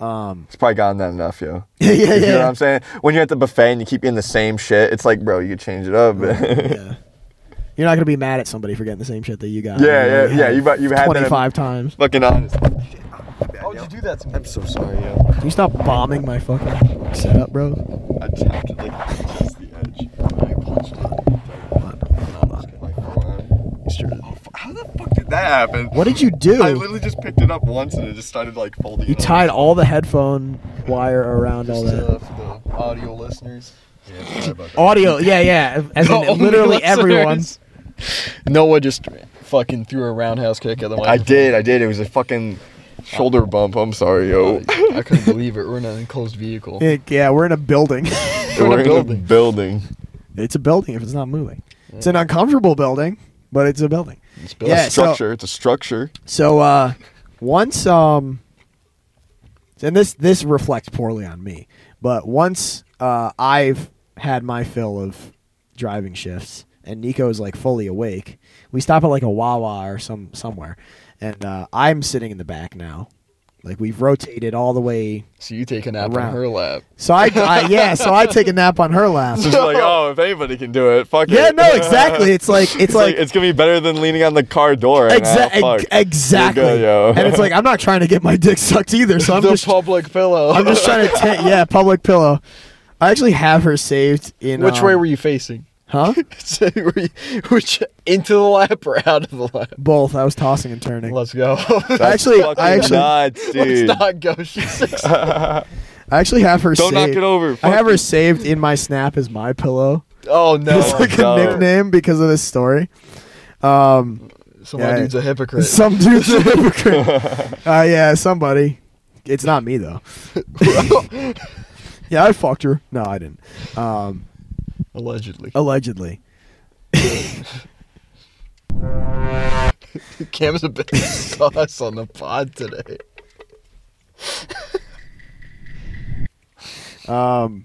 S1: Um,
S5: He's probably gotten that enough, yo.
S1: (laughs) yeah, yeah,
S5: You know what
S1: yeah.
S5: I'm saying? When you're at the buffet and you keep eating the same shit, it's like, bro, you could change it up. yeah,
S1: yeah. You're not gonna be mad at somebody for getting the same shit that you got.
S5: Yeah,
S1: You
S5: yeah,
S1: know, you
S5: yeah,
S1: had
S5: you've- you've had that-
S1: 25
S5: (laughs)
S1: times.
S5: fucking honest.
S3: How would you do that to me?
S5: I'm so sorry, yo.
S1: Can you stop bombing my fucking setup, bro?
S5: I tapped it like just the edge. I punched it. My forearm. Oh, How the fuck did that happen?
S1: What did you do?
S5: I literally just picked it up once and it just started like folding.
S1: you
S5: it up.
S1: tied all the headphone wire around all
S3: Just
S1: that.
S3: uh, for the audio listeners.
S5: Yeah, sorry about that.
S1: Audio, yeah,
S3: (laughs)
S1: yeah. As
S3: The
S1: in
S3: only
S1: literally
S3: listeners.
S1: everyone.
S3: Noah just fucking threw a roundhouse kick at the microphone.
S5: I did, I did. It was a fucking shoulder bump. I'm sorry, yo.
S3: I couldn't believe it. We're in an enclosed vehicle.
S1: Yeah, yeah, (laughs) we're in a building. (laughs)
S5: We're in a
S3: building.
S5: building.
S1: it's a building if it's not moving. It's an uncomfortable building, but it's a building.
S3: It's built-
S1: Yeah, so-
S5: Structure. it's a structure.
S1: So uh once um and this this reflects poorly on me, but once uh I've had my fill of driving shifts and Nico's like fully awake, we stop at like a Wawa or some somewhere and uh I'm sitting in the back now. Like we've rotated all the way.
S3: So you take a nap on
S1: Around.
S3: her lap.
S1: So I,
S5: (laughs)
S1: I yeah, so I take a nap on her lap.
S5: It's just like, oh, if anybody can do it, fuck
S1: Yeah,
S5: it.
S1: no, exactly.
S5: (laughs)
S1: It's like it's,
S5: It's like, it's gonna be better than leaning on the car door. Right
S1: Exa-
S5: now. Fuck.
S1: ex- exactly.
S5: You're good, yo.
S1: and it's like I'm not trying to get my dick sucked either, so I'm
S3: the
S1: just
S3: public pillow.
S1: I'm
S5: (laughs)
S1: just trying to ta- yeah, public pillow. I actually have her saved in
S3: Which
S1: um,
S3: way were you facing?
S5: (laughs)
S3: (laughs)
S1: Huh?
S3: So were you- which into the lap or out of the lap?
S1: Both. I was tossing and turning.
S3: Let's go. (laughs)
S5: That's
S1: actually-
S5: fucking
S1: I actually-
S5: nuts,
S3: Let's
S5: dude.
S3: not go. She's six.
S1: I actually have her
S5: Don't
S1: saved.
S5: knock it over.
S1: I
S5: Fuck
S1: have her
S5: you.
S1: saved in my snap as my pillow.
S3: Oh no!
S1: it's like
S5: no.
S1: a nickname because of this story. Um
S3: So my
S1: Yeah.
S3: dude's a hypocrite.
S1: some dude's a hypocrite.
S5: (laughs)
S1: Uh yeah, somebody. It's not me though. (laughs) yeah, I fucked her. No, I didn't. Um
S3: Allegedly, (laughs)
S1: allegedly.
S3: Cam's a bit sauce on the pod today.
S1: Um,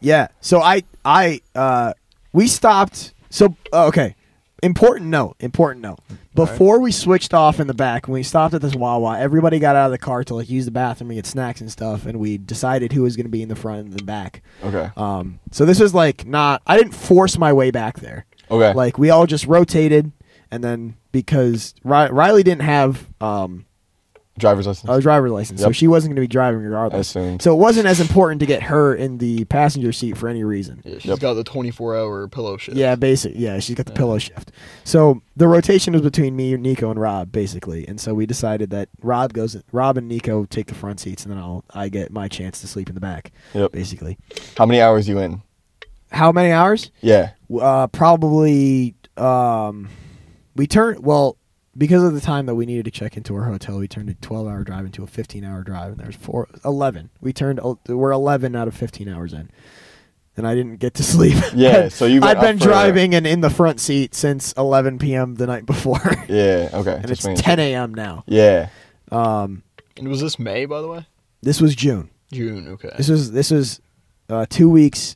S1: yeah. So I I uh, we stopped. So uh, okay. Important note. Important note. Before we switched off in the back, when we stopped at this Wawa, everybody got out of the car to like use the bathroom and get snacks and stuff, and we decided who was going to be in the front and the back.
S5: Okay.
S1: Um, so this was like not. I didn't force my way back there.
S5: Okay.
S1: Like we all just rotated, and then because Ri- Riley didn't have um,
S5: Driver's license.
S1: a driver's license, so
S5: Yep.
S1: she wasn't going to be driving regardless.
S5: I assumed.
S1: So it wasn't as important to get her in the passenger seat for any reason.
S3: Yeah, she's
S5: Yep.
S3: got the 24-hour pillow shit.
S1: Yeah, basic. Yeah, she's got the pillow shift. So the rotation was between me, Nico, and Rob, basically. And so we decided that Rob goes, Rob and Nico take the front seats, and then I'll I get my chance to sleep in the back.
S5: Yep.
S1: Basically,
S5: How many hours you in?
S1: how many hours?
S5: Yeah.
S1: Uh, probably. Um, we turned well because of the time that we needed to check into our hotel. We turned a twelve-hour drive into a fifteen-hour drive, and there's four, 11. We turned uh, we're eleven out of fifteen hours in, and I didn't get to (laughs) sleep.
S5: Yeah, so you've been
S1: I'd
S5: up
S1: been
S5: for-
S1: driving and in the front seat since eleven p.m. the night before, (laughs)
S5: Yeah. Okay.
S1: and
S5: just
S1: it's
S5: making
S1: ten
S5: sure.
S1: a.m. now.
S5: Yeah.
S1: Um,
S3: And was this May, by the way?
S1: this was June.
S3: June. Okay.
S1: This was this was uh, two weeks.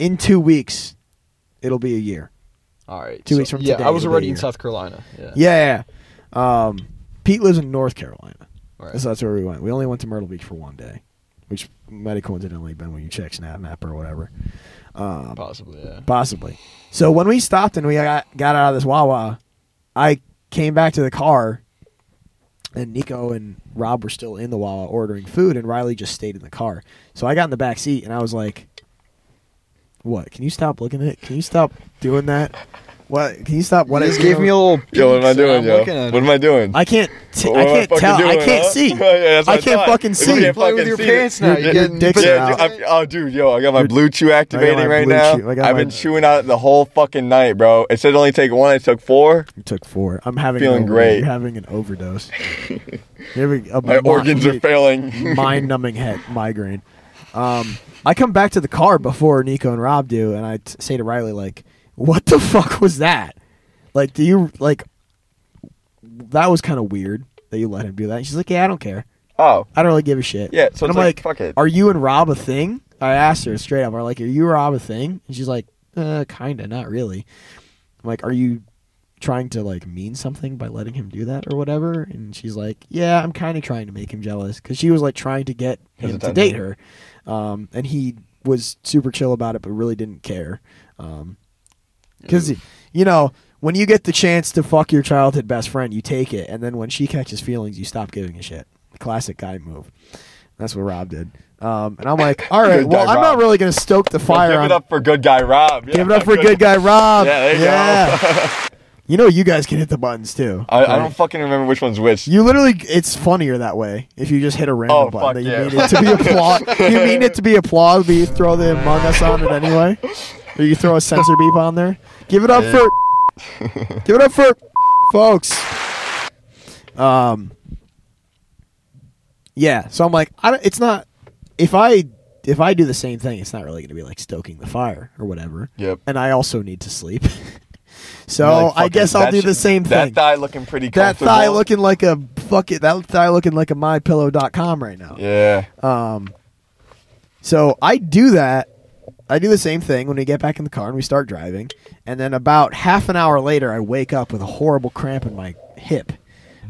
S1: In two weeks, it'll be a year.
S3: All right.
S1: two weeks from
S3: yeah,
S1: today
S3: I was
S1: it'll be
S3: already
S1: a
S3: in
S1: year.
S3: South Carolina. Yeah.
S1: Yeah. Um, Pete lives in North Carolina.
S3: All right.
S1: So that's where we went. We only went to Myrtle Beach for one day, which might have coincidentally been when you check Snap Map or whatever. Um,
S3: Possibly. Yeah.
S1: possibly. So when we stopped and we got, got out of this Wawa, I came back to the car and Nico and Rob were still in the Wawa ordering food, and Riley just stayed in the car. So I got in the back seat, and I was like, "What? Can you stop looking at it? Can you stop doing that? What? Can you stop? What?
S3: You
S1: I-
S3: just gave me a little.
S2: Yo, what am I
S3: peek, so
S2: doing,
S3: I'm
S2: yo? What
S3: looking at it.
S2: am I doing?
S1: I can't. T-
S2: What
S1: I
S2: am
S1: can't
S2: fucking
S1: tell. I
S2: doing,
S1: can't
S2: huh?
S1: see.
S2: (laughs) Yeah, that's (laughs) what
S1: I can't
S2: thought.
S1: fucking
S2: If
S1: see.
S2: You can't
S3: Play
S2: fucking
S3: with your
S2: see
S3: pants
S2: it-
S3: now,
S2: it-
S3: you're getting
S1: dicks
S2: yeah,
S1: out.
S2: dude, I'm- oh, dude, yo, I got my blue chew activating right
S1: blue
S2: now.
S1: chew. I got
S2: I've
S1: my-
S2: been chewing out the whole fucking night, bro. It said it only take one. It took four.
S1: You took four. I'm having
S2: Feeling
S1: an over-
S2: great.
S1: You're having an
S2: (laughs)
S1: overdose. You're having a
S2: My
S1: mi-
S2: organs are failing.
S1: mind-numbing head migraine. Um, I come back to the car before Nico and Rob do, and I t- say to Riley, like, "What the fuck was that? Like, do you like? That was kind of weird that you let him do that." And she's like, "Yeah, I don't care.
S2: oh,
S1: I don't really give a shit."
S2: Yeah, so
S1: And
S2: it's
S1: I'm
S2: like, fuck it.
S1: Are you and Rob a thing? I asked her straight up. I'm like, "Are you and Rob a thing?" And she's like, uh, "Kinda, not really." I'm like, "Are you?" trying to like mean something by letting him do that or whatever and she's like yeah i'm kind of trying to make him jealous because she was like trying to get
S2: His
S1: him to
S2: attention.
S1: date her um, and he was super chill about it but really didn't care Um, because you know when you get the chance to fuck your childhood best friend you take it and then when she catches feelings you stop giving a shit classic guy move that's what rob did um, and i'm
S2: (laughs)
S1: like all right
S2: Good
S1: well
S2: guy,
S1: i'm not
S2: Rob.
S1: really going to stoke the
S2: well,
S1: fire
S2: give
S1: on
S2: it up for good guy Rob. Yeah,
S1: Give it up for good guy Rob.
S2: Yeah, there you go. (laughs)
S1: you know you guys can hit the buttons too.
S2: I, I
S1: Like,
S2: don't fucking remember which one's which.
S1: You literally, it's funnier that way. If you just hit a random
S2: Oh,
S1: button,
S2: fuck
S1: that you
S2: yeah.
S1: mean it to
S2: (laughs)
S1: be applause. you mean it to be applause, but you throw the Among Us on it anyway. Or you throw a censor beep on there. Give it up
S2: (laughs) Yeah.
S1: for, give it up for, folks. Um. Yeah, so I'm like, I don't, it's not. If I if I do the same thing, it's not really going to be like stoking the fire or whatever.
S2: Yep.
S1: And I also need to sleep. (laughs) so
S2: You're like,
S1: I
S2: fucking-
S1: guess I'll
S2: that
S1: do
S2: sh-
S1: the same
S2: that
S1: thing.
S2: thigh looking pretty
S1: That
S2: comfortable.
S1: thigh looking like a fuck it. That thigh looking like a mypillow.com right now.
S2: Yeah.
S1: Um, so I do that. I do the same thing when we get back in the car and we start driving, and then about half an hour later, I wake up with a horrible cramp in my hip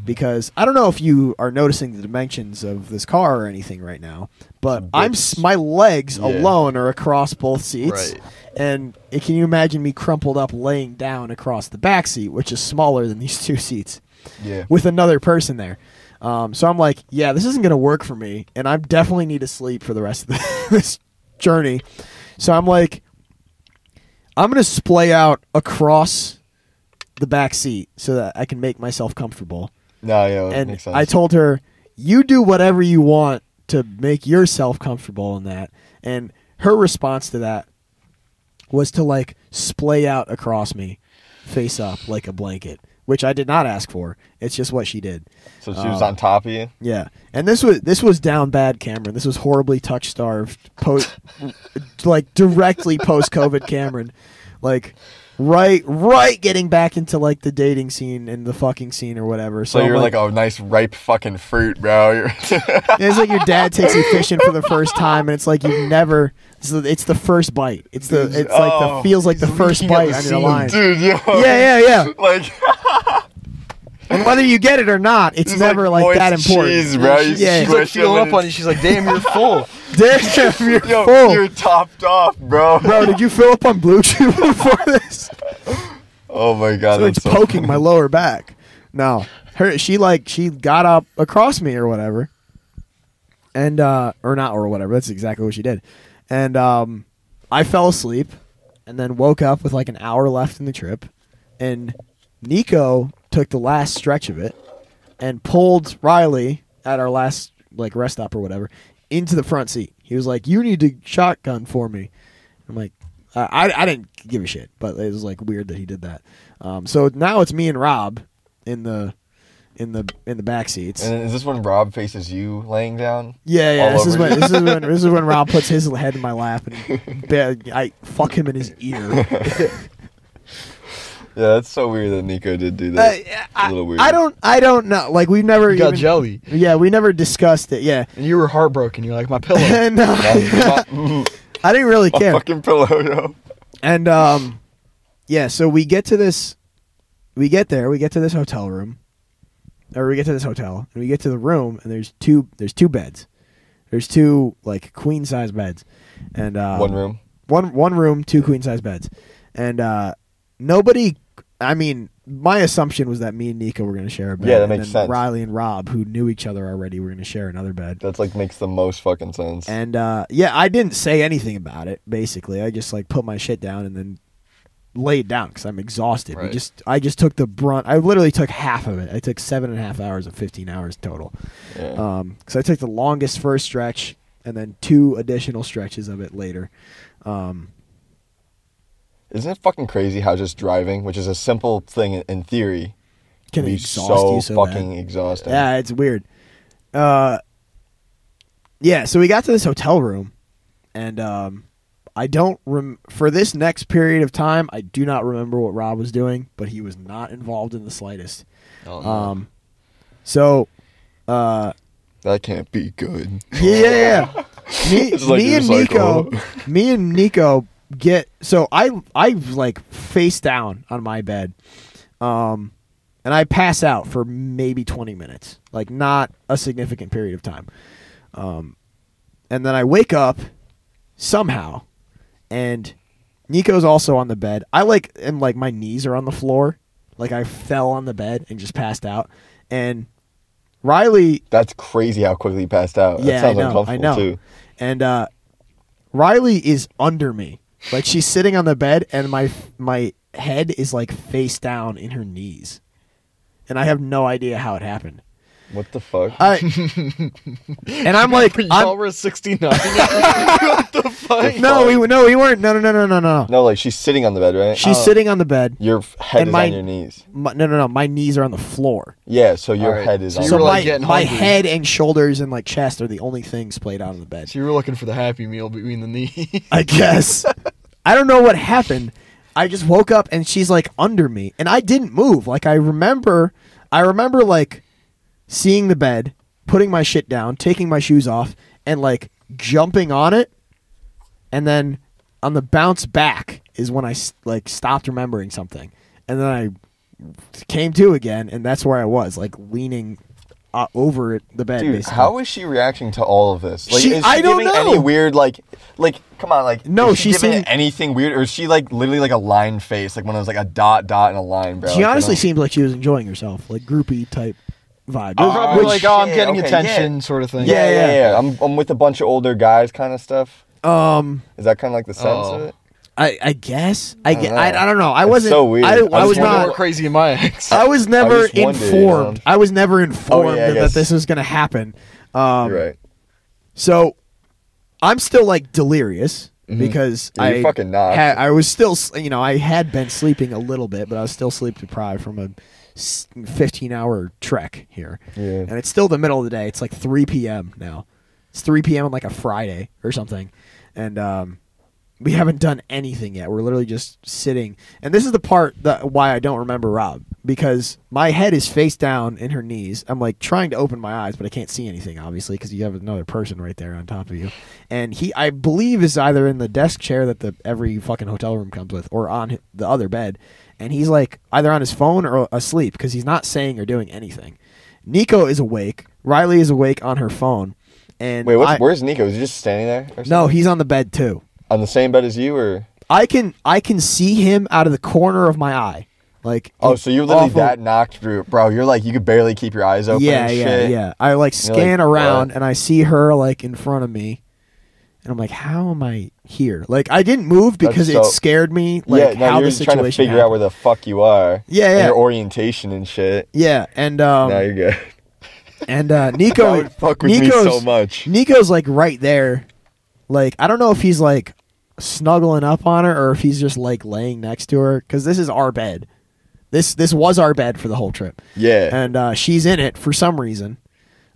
S1: because I don't know if you are noticing the dimensions of this car or anything right now, but I'm s- my legs
S2: Yeah.
S1: alone are across both seats,
S3: Right.
S1: and it, can you imagine me crumpled up laying down across the back seat, which is smaller than (laughs) these two seats?
S2: Yeah.
S1: with another person there. Um, so I'm like, yeah, this isn't going to work for me, and I definitely need to sleep for the rest of (laughs) this journey. So I'm like, I'm going to splay out across the back seat so that I can make myself comfortable.
S2: No, yeah, that
S1: And
S2: makes sense.
S1: I told her, you do whatever you want to make yourself comfortable in that. And her response to that was to like splay out across me, face up like a blanket, which I did not ask for. It's just what she did.
S2: so she was on top of you.
S1: Yeah, and this was this was down bad, Cameron. This was horribly touch starved, post (laughs) like directly post COVID, Cameron. Like right, right, getting back into like the dating scene and the fucking scene or whatever. So,
S2: So you're
S1: I'm
S2: like, a nice ripe fucking fruit, bro. (laughs)
S1: (laughs)
S2: You're
S1: Yeah, it's like your dad takes you fishing for the first time, and it's like you've never. It's the, it's the first bite. It's the. It's like the
S2: Oh,
S1: feels like the first bite on your line.
S2: dude. Yo.
S1: Yeah, yeah,
S2: (laughs)
S1: yeah.
S2: Like
S1: And whether you get it or not, it's
S2: it's
S1: never like,
S2: moist
S1: that important.
S2: Cheese, bro. You
S1: Yeah.
S3: She's
S2: squish
S3: like feeling
S2: it
S3: up
S2: and
S3: on it.
S2: it's-
S3: She's like, "Damn,
S1: (laughs)
S3: you're full."
S1: Damn, you're
S2: (laughs) Yo,
S1: full.
S2: you're topped off, bro.
S1: Bro, did you fill up on blue chew (laughs) before this?
S2: Oh my god,
S1: So
S2: that's
S1: it's
S2: so
S1: poking my lower back. No, her she like she got up across me or whatever, and uh or not or whatever. That's exactly what she did, and um, I fell asleep, and then woke up with like an hour left in the trip, and Nico took the last stretch of it, and pulled Riley at our last like rest stop or whatever into the front seat. He was like, "You need to shotgun for me." I'm like, I, I I didn't give a shit, but it was like weird that he did that. Um, so now it's me and Rob in the in the in the back seats.
S2: And is this when Rob faces you laying down?
S1: yeah, yeah.
S2: all
S1: This is
S2: over
S1: when
S2: you.
S1: this is when this is when Rob puts his head in my lap
S2: (laughs)
S1: and ba- I fuck him in his ear.
S2: Yeah, that's so weird that Nico did do that.
S1: Uh, I,
S2: a little weird.
S1: I don't I don't know. Like we've never
S3: You got
S1: even-
S3: jelly,
S1: Yeah, we never discussed it. Yeah,
S3: and you were heartbroken. You're like, "My pillow."
S1: (laughs) and uh, (laughs)
S2: My- (laughs) my-
S1: I didn't really
S2: my
S1: care.
S2: fucking pillow, yo.
S1: And um, yeah, so we get to this, we get there, we get to this hotel room, or we get to this hotel, and we get to the room, and there's two, there's two beds, there's two like queen size beds, and um,
S2: One room.
S1: one one room, two queen size beds, and uh, nobody. uh, I mean, my assumption was that me and Nico were going to share a bed.
S2: Yeah, that
S1: and
S2: makes
S1: then
S2: sense.
S1: Riley and Rob, who knew each other already, were going to share another bed.
S2: That's like makes the most fucking sense.
S1: And uh, yeah, I didn't say anything about it. Basically, I just like put my shit down and then laid down because I'm exhausted. We
S2: Right.
S1: just I just took the brunt. I literally took half of it. I took seven and a half hours of fifteen hours total.
S2: Yeah.
S1: Because I took the longest first stretch and then two additional stretches of it later. Um,
S2: Isn't it fucking crazy how just driving, which is a simple thing in, in theory,
S1: can
S2: be
S1: exhaust
S2: so,
S1: you so bad.
S2: fucking exhausting?
S1: Yeah, it's weird. Uh, yeah, so we got to this hotel room, and um, I don't rem- for this next period of time. I do not remember what Rob was doing, but he was not involved in the slightest. Um, so, uh,
S2: That can't be good.
S1: yeah, me,
S2: (laughs) It's like
S1: me
S2: you're
S1: and
S2: just like,
S1: Nico,
S2: oh.
S1: (laughs) me and Nico get so I I like face down on my bed, um, and I pass out for maybe twenty minutes, like not a significant period of time, um, and then I wake up somehow, and Nico's also on the bed. I like am like my knees are on the floor, like I fell on the bed and just passed out, and Riley
S2: That's crazy how quickly you passed out. that
S1: yeah, I
S2: sounds
S1: know. I
S2: uncomfortable
S1: know.
S2: too.
S1: And uh, Riley is under me. Like she's sitting on the bed, and my my head is like face down in her knees, and I have no idea how it happened.
S2: What the fuck?
S3: (laughs)
S1: I and I'm
S4: (laughs)
S1: like, I'm,
S3: were 69.
S1: no, we no, we weren't. No, no, no, no, no, no.
S2: no, like she's sitting on the bed,
S3: uh,
S2: right? Oh.
S1: She's sitting on the bed.
S2: Your f- head
S1: And
S2: is
S1: my-
S2: on your knees.
S1: My, no, no, no. My knees are on the floor.
S2: Yeah, so your
S3: Alright,
S2: head is
S3: so
S2: on.
S3: you
S1: so
S3: were,
S2: the
S3: like,
S1: my,
S3: getting
S1: my
S3: hungry.
S1: head and shoulders and like chest are the only things played out on the bed.
S4: So you were looking for the happy meal between
S3: (laughs)
S4: the knees.
S1: I guess. I don't know what happened. I just woke up and she's like under me and I didn't move. Like I remember I remember like seeing the bed, putting my shit down, taking my shoes off and like jumping on it and then on the bounce back is when I s- like stopped remembering something. And then I came to again and that's where I was, like leaning uh, over it, the bed
S2: Dude,
S1: basically.
S2: how is she reacting to all of this? Like,
S1: She-
S2: is she
S1: I don't
S2: giving any
S1: know.
S2: weird like, like, come on, like,
S1: No,
S2: is she
S1: she
S2: giving
S1: seemed-
S2: anything weird, or is she like literally like a line face, like one of those like a dot, dot, and a line, bro?
S1: She
S2: Like, I
S1: honestly
S2: don't-
S1: seems like she was enjoying herself, like groupie type vibe.
S2: Oh,
S1: Which-
S3: Probably
S1: which-
S3: like, oh, I'm
S2: shit,
S3: getting
S2: okay,
S3: attention, sort of thing.
S2: Yeah,
S1: Yeah,
S2: yeah,
S1: yeah.
S2: yeah. I'm, I'm with a bunch of older guys, kind of stuff.
S3: oh.
S1: um,
S2: Is that kind of like the sense of
S4: Oh.
S2: it?
S1: I, I guess I, ge-
S2: don't
S1: I,
S2: know.
S1: I don't know. I
S2: It's
S1: wasn't
S2: so weird.
S1: I,
S2: I
S1: I
S2: just
S1: was
S2: wonder
S1: not.
S4: more crazy in my ex.
S1: I was never
S2: just wondered,
S1: informed.
S2: um,
S1: I was never informed
S2: I
S1: that
S2: guess.
S1: this was going to happen. Um,
S2: You're right.
S1: So I'm still like delirious because
S2: Mm-hmm. Yeah,
S1: I
S2: you're fucking not.
S1: ha- I was still s- you know I had been sleeping a little bit, but I was still sleep deprived from a s- 15 hour trek here.
S2: Yeah.
S1: And it's still the middle of the day. It's like 3 p.m. now. It's 3 p.m. on like a Friday or something, and um, we haven't done anything yet. We're literally just sitting. And this is the part that why I don't remember Rob because my head is face down in her knees. I'm like trying to open my eyes, but I can't see anything obviously because you have another person right there on top of you. And he, I believe, is either in the desk chair that the every fucking hotel room comes with, or on the other bed. And he's like either on his phone or asleep because he's not saying or doing anything. Nico is awake. Riley is awake on her phone. And
S2: Wait, what's,
S1: I-
S2: where's Nico? Is he just standing there? Or
S1: no,
S2: something?
S1: he's on the bed too.
S2: on the same bed as you, or
S1: I can I can see him out of the corner of my eye. Like
S2: oh, so you're literally
S1: awful-
S2: that knocked through, bro. You're like you could barely keep your eyes open.
S1: Yeah,
S2: and
S1: yeah,
S2: shit.
S1: yeah. I like
S2: You're like,
S1: scan around
S2: what?
S1: and I see her like in front of me. And I'm like, how am I here? Like I didn't move because
S2: so-
S1: it scared me like
S2: yeah, no,
S1: how
S2: you're
S1: the
S2: just trying
S1: situation
S2: to figure
S1: happened.
S2: out where the fuck you are.
S1: Yeah,
S2: and
S1: yeah.
S2: Your orientation and shit.
S1: Yeah, and um
S2: no, you're good.
S1: and uh Nico
S2: (laughs) That would fuck with me
S1: Nico's
S2: so much.
S1: Nico's like right there. Like I don't know if he's like snuggling up on her or if he's just like laying next to her cuz this is our bed. This this was our bed for the whole trip.
S2: Yeah.
S1: and uh, she's in it for some reason.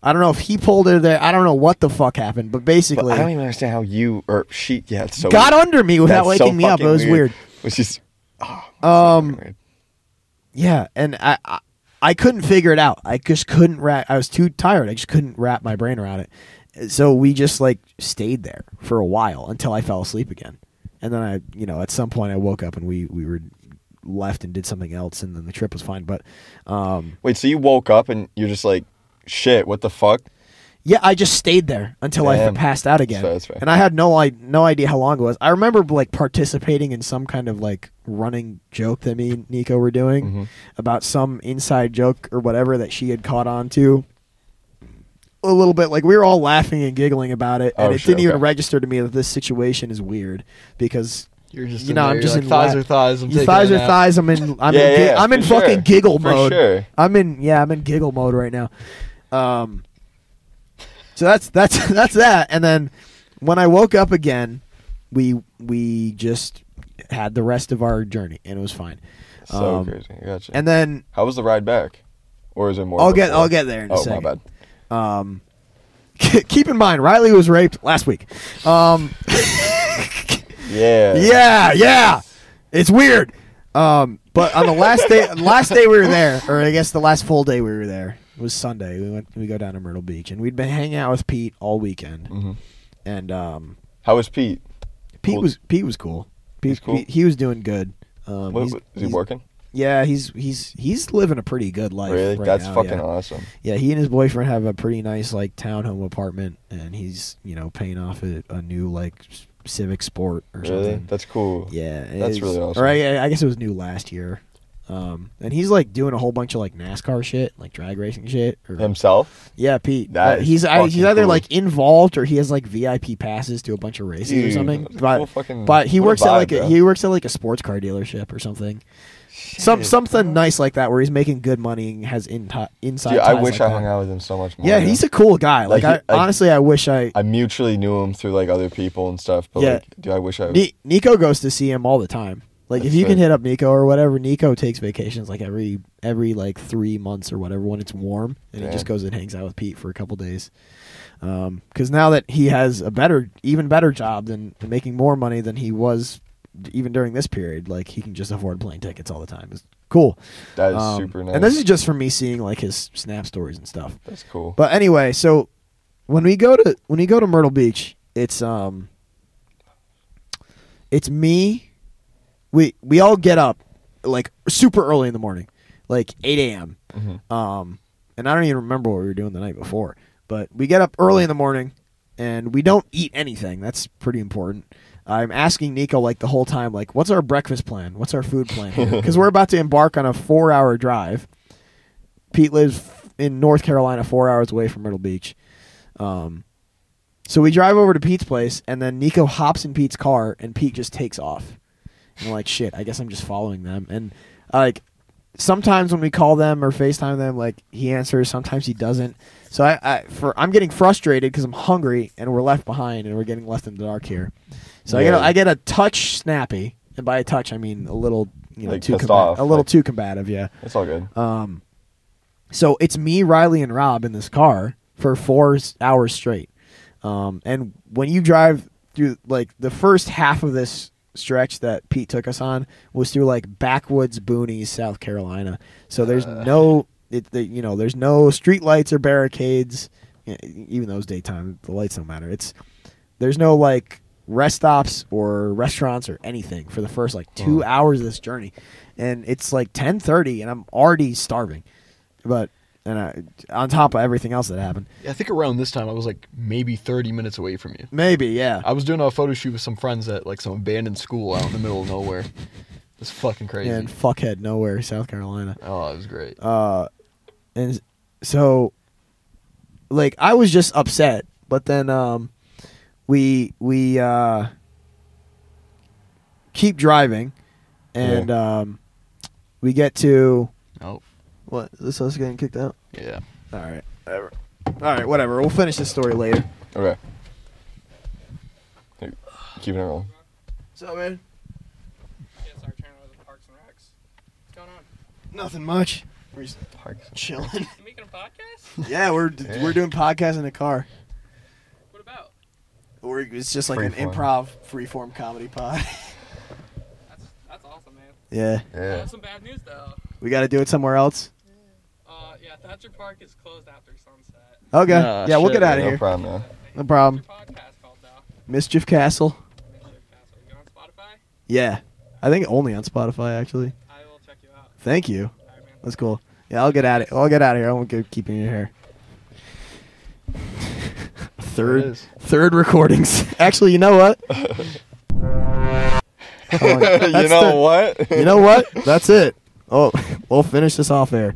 S1: I don't know if he pulled her there. I don't know what the fuck happened, but
S2: but
S1: basically
S2: I don't even understand how you or she. Yeah, it's so
S1: got
S2: weird.
S1: under me without
S2: That's so
S1: waking me up. It
S2: fucking
S1: was weird.
S2: Which is ah,
S1: Um,
S2: weird.
S1: yeah, and I, I I couldn't figure it out. I just couldn't wrap. I was too tired. I just couldn't wrap my brain around it. So we just like stayed there for a while until I fell asleep again, and then I you know at some point I woke up and we we were left and did something else, and then the trip was fine. But um,
S2: Wait, so you woke up and you're just like, shit, what the fuck?
S1: Yeah, I just stayed there until I
S2: Damn.
S1: passed out again,
S2: That's fair, that's fair.
S1: and I had no I no idea how long it was. I remember like participating in some kind of like running joke that me and Nico were doing
S4: Mm-hmm.
S1: about some inside joke or whatever that she had caught on to. A little bit like we were all laughing and giggling about it, and
S2: Oh,
S1: it
S2: shit,
S1: didn't even
S2: okay.
S1: register to me that this situation is weird because
S4: You're just
S1: You
S4: in
S1: know,
S4: there,
S1: I'm
S4: you're
S1: just
S4: like,
S1: in
S4: thighs
S1: la-
S4: are thighs. I'm
S1: you
S4: taking
S1: thighs
S4: a
S1: are
S4: nap."
S1: thighs.
S4: (laughs)
S1: I'm in I'm
S2: Yeah,
S1: in, gi-
S2: yeah,
S1: I'm in
S2: for
S1: fucking
S2: sure.
S1: giggle
S2: For
S1: mode.
S2: sure.
S1: I'm in yeah, I'm in giggle mode right now. Um So that's that's (laughs) that's that and then when I woke up again, we we just had the rest of our journey and it was fine.
S2: So
S1: Um,
S2: crazy. I Gotcha.
S1: And then
S2: How was the ride back? Or is it more?
S1: I'll get
S2: before?
S1: I'll get there in a
S2: Oh
S1: second.
S2: my bad.
S1: Um (laughs) keep in mind Riley was raped last week. Um
S2: Yeah.
S1: (laughs) Yeah, yeah. It's weird. Um, but on the last
S2: (laughs)
S1: day, last day we were there, or I guess the last full day we were there was Sunday. We went, we go down to Myrtle Beach, and we'd been hanging out with Pete all weekend.
S2: Mhm.
S1: And um,
S2: How was Pete?
S1: Pete
S2: Cool.
S1: was Pete was cool. Pete,
S2: He's cool?
S1: Pete- he was doing good. Um,
S2: What,
S1: he's-
S2: what, is he
S1: he's-
S2: working?
S1: Yeah, he's he's he's living a pretty good life.
S2: Really?
S1: right
S2: That's
S1: now,
S2: fucking
S1: yeah.
S2: awesome.
S1: Yeah, he and his boyfriend have a pretty nice like townhome apartment, and he's you know paying off a, a new like Civic Sport or
S2: Really?
S1: something.
S2: That's cool.
S1: Yeah, it
S2: That's
S1: is-
S2: really awesome.
S1: Or I, I guess it was new last year. Um, and he's like doing a whole bunch of like NASCAR shit, like drag racing shit. Or,
S2: Himself?
S1: yeah, Pete.
S2: That
S1: Uh,
S2: is
S1: he's I, he's
S2: fucking
S1: either
S2: cool.
S1: like involved or he has like VIP passes to a bunch of races or
S2: Dude,
S1: something.
S2: that's a
S1: But
S2: cool fucking-
S1: but he
S2: Hmm. what a
S1: works at
S2: vibe,
S1: like a,
S2: bro.
S1: he works at like a sports car dealership or something. Some something nice like that where he's making good money and has in, inside.
S2: Dude, I
S1: ties
S2: wish
S1: like
S2: I hung
S1: that.
S2: out with him so much more.
S1: Yeah,
S2: man.
S1: he's a cool guy. Like,
S2: Like,
S1: I,
S2: he- I-
S1: honestly, I wish I.
S2: I mutually knew him through like other people and stuff, but
S1: Yeah.
S2: like, dude, I wish I.
S1: Ni- Nico goes to see him all the time. Like if
S2: That's
S1: you can
S2: right.
S1: hit up Nico or whatever, Nico takes vacations like every every like three months or whatever when it's warm, and he
S2: Yeah.
S1: just goes and hangs out with Pete for a couple days. Because now that he has a better, even better job than and making more money than he was d- even during this period, like he can just afford plane tickets all the time. It's cool.
S2: that is
S1: Um,
S2: super nice.
S1: And this is just from me seeing like his snap stories and stuff.
S2: that's cool.
S1: But anyway, so when we go to when we go to Myrtle Beach, it's um it's me. We we all get up like super early in the morning, like eight AM. Um and I don't even remember what we were doing the night before. But we get up early in the morning and we don't eat anything. That's pretty important. I'm asking Nico like the whole time, like, what's our breakfast plan? What's our food plan? Because we're about to embark on a four hour drive. Pete lives f- in North Carolina, four hours away from Myrtle Beach. Um, so we drive over to Pete's place, and then Nico hops in Pete's car, and Pete just takes off. And I'm like, shit, I guess I'm just following them. And like, sometimes when we call them or FaceTime them, like he answers, sometimes he doesn't. So I, I for I'm getting frustrated because I'm hungry and we're left behind and we're getting left in the dark here. So
S2: Yeah.
S1: I get a, I get a touch snappy, and by a touch I mean a little, you know,
S2: Like
S1: too
S2: pissed
S1: combat-
S2: off,
S1: a little
S2: like-
S1: too combative, yeah.
S2: it's all good.
S1: Um, so it's me, Riley, and Rob in this car for four s- hours straight. Um, and when you drive through, like the first half of this stretch that Pete took us on was through like backwoods boonies, South Carolina. So there's no, it, the, you know, there's no street lights or barricades. E- Even though it's daytime, the lights don't matter. It's there's no like rest stops or restaurants or anything for the first like two hours of this journey, and it's like ten thirty, and I'm already starving. But and I, on top of everything else that happened,
S4: I think around this time I was like maybe 30 minutes away from you.
S1: maybe yeah,
S4: I was doing a photo shoot with some friends at like some abandoned school out in the middle of nowhere. It's fucking crazy.
S1: and fuckhead nowhere, South Carolina.
S4: oh, it was great.
S1: Uh, and s- so, like, I was just upset. But then, um, we we uh, keep driving, and um, we get to
S4: oh,
S1: what? Is this us getting kicked out?
S4: yeah.
S1: All right, whatever. All right, whatever. We'll finish this story later.
S2: okay. Hey, Keep it rolling.
S1: What's up, man?
S6: Yes, our channel is Parks and Recs. What's going on?
S1: Nothing much. We're just chilling.
S6: You making a (laughs)
S1: (laughs)
S6: podcast?
S1: yeah, we're we're doing podcasts in the car.
S6: What about?
S1: We're, it's just like an
S2: Freeform.
S1: improv, freeform comedy pod. (laughs)
S6: That's that's awesome, man.
S1: yeah,
S6: I
S2: Yeah.
S6: have some bad news though.
S1: we got to do it somewhere else.
S6: Uh, yeah, Thatcher Park is closed after sunset.
S1: Okay.
S3: Nah,
S1: yeah, we'll
S3: shit,
S1: get out of
S2: no
S1: here.
S2: problem,
S1: (laughs)
S2: man. (laughs)
S1: No problem.
S6: What's your podcast called now?
S1: Mischief Castle.
S6: Mischief Castle. You on Spotify?
S1: Yeah. I think only on Spotify actually.
S6: I will check you out.
S1: Thank you.
S6: All right, man.
S1: (laughs) That's cool. Yeah, I'll get out of I'll get out of here. I won't keep keeping your hair. Third,
S4: is.
S1: third recordings. (laughs) Actually, you know what?
S2: you
S1: That's
S2: know
S1: the- (laughs)
S2: what?
S1: You know what? That's it. Oh, we'll finish this off air.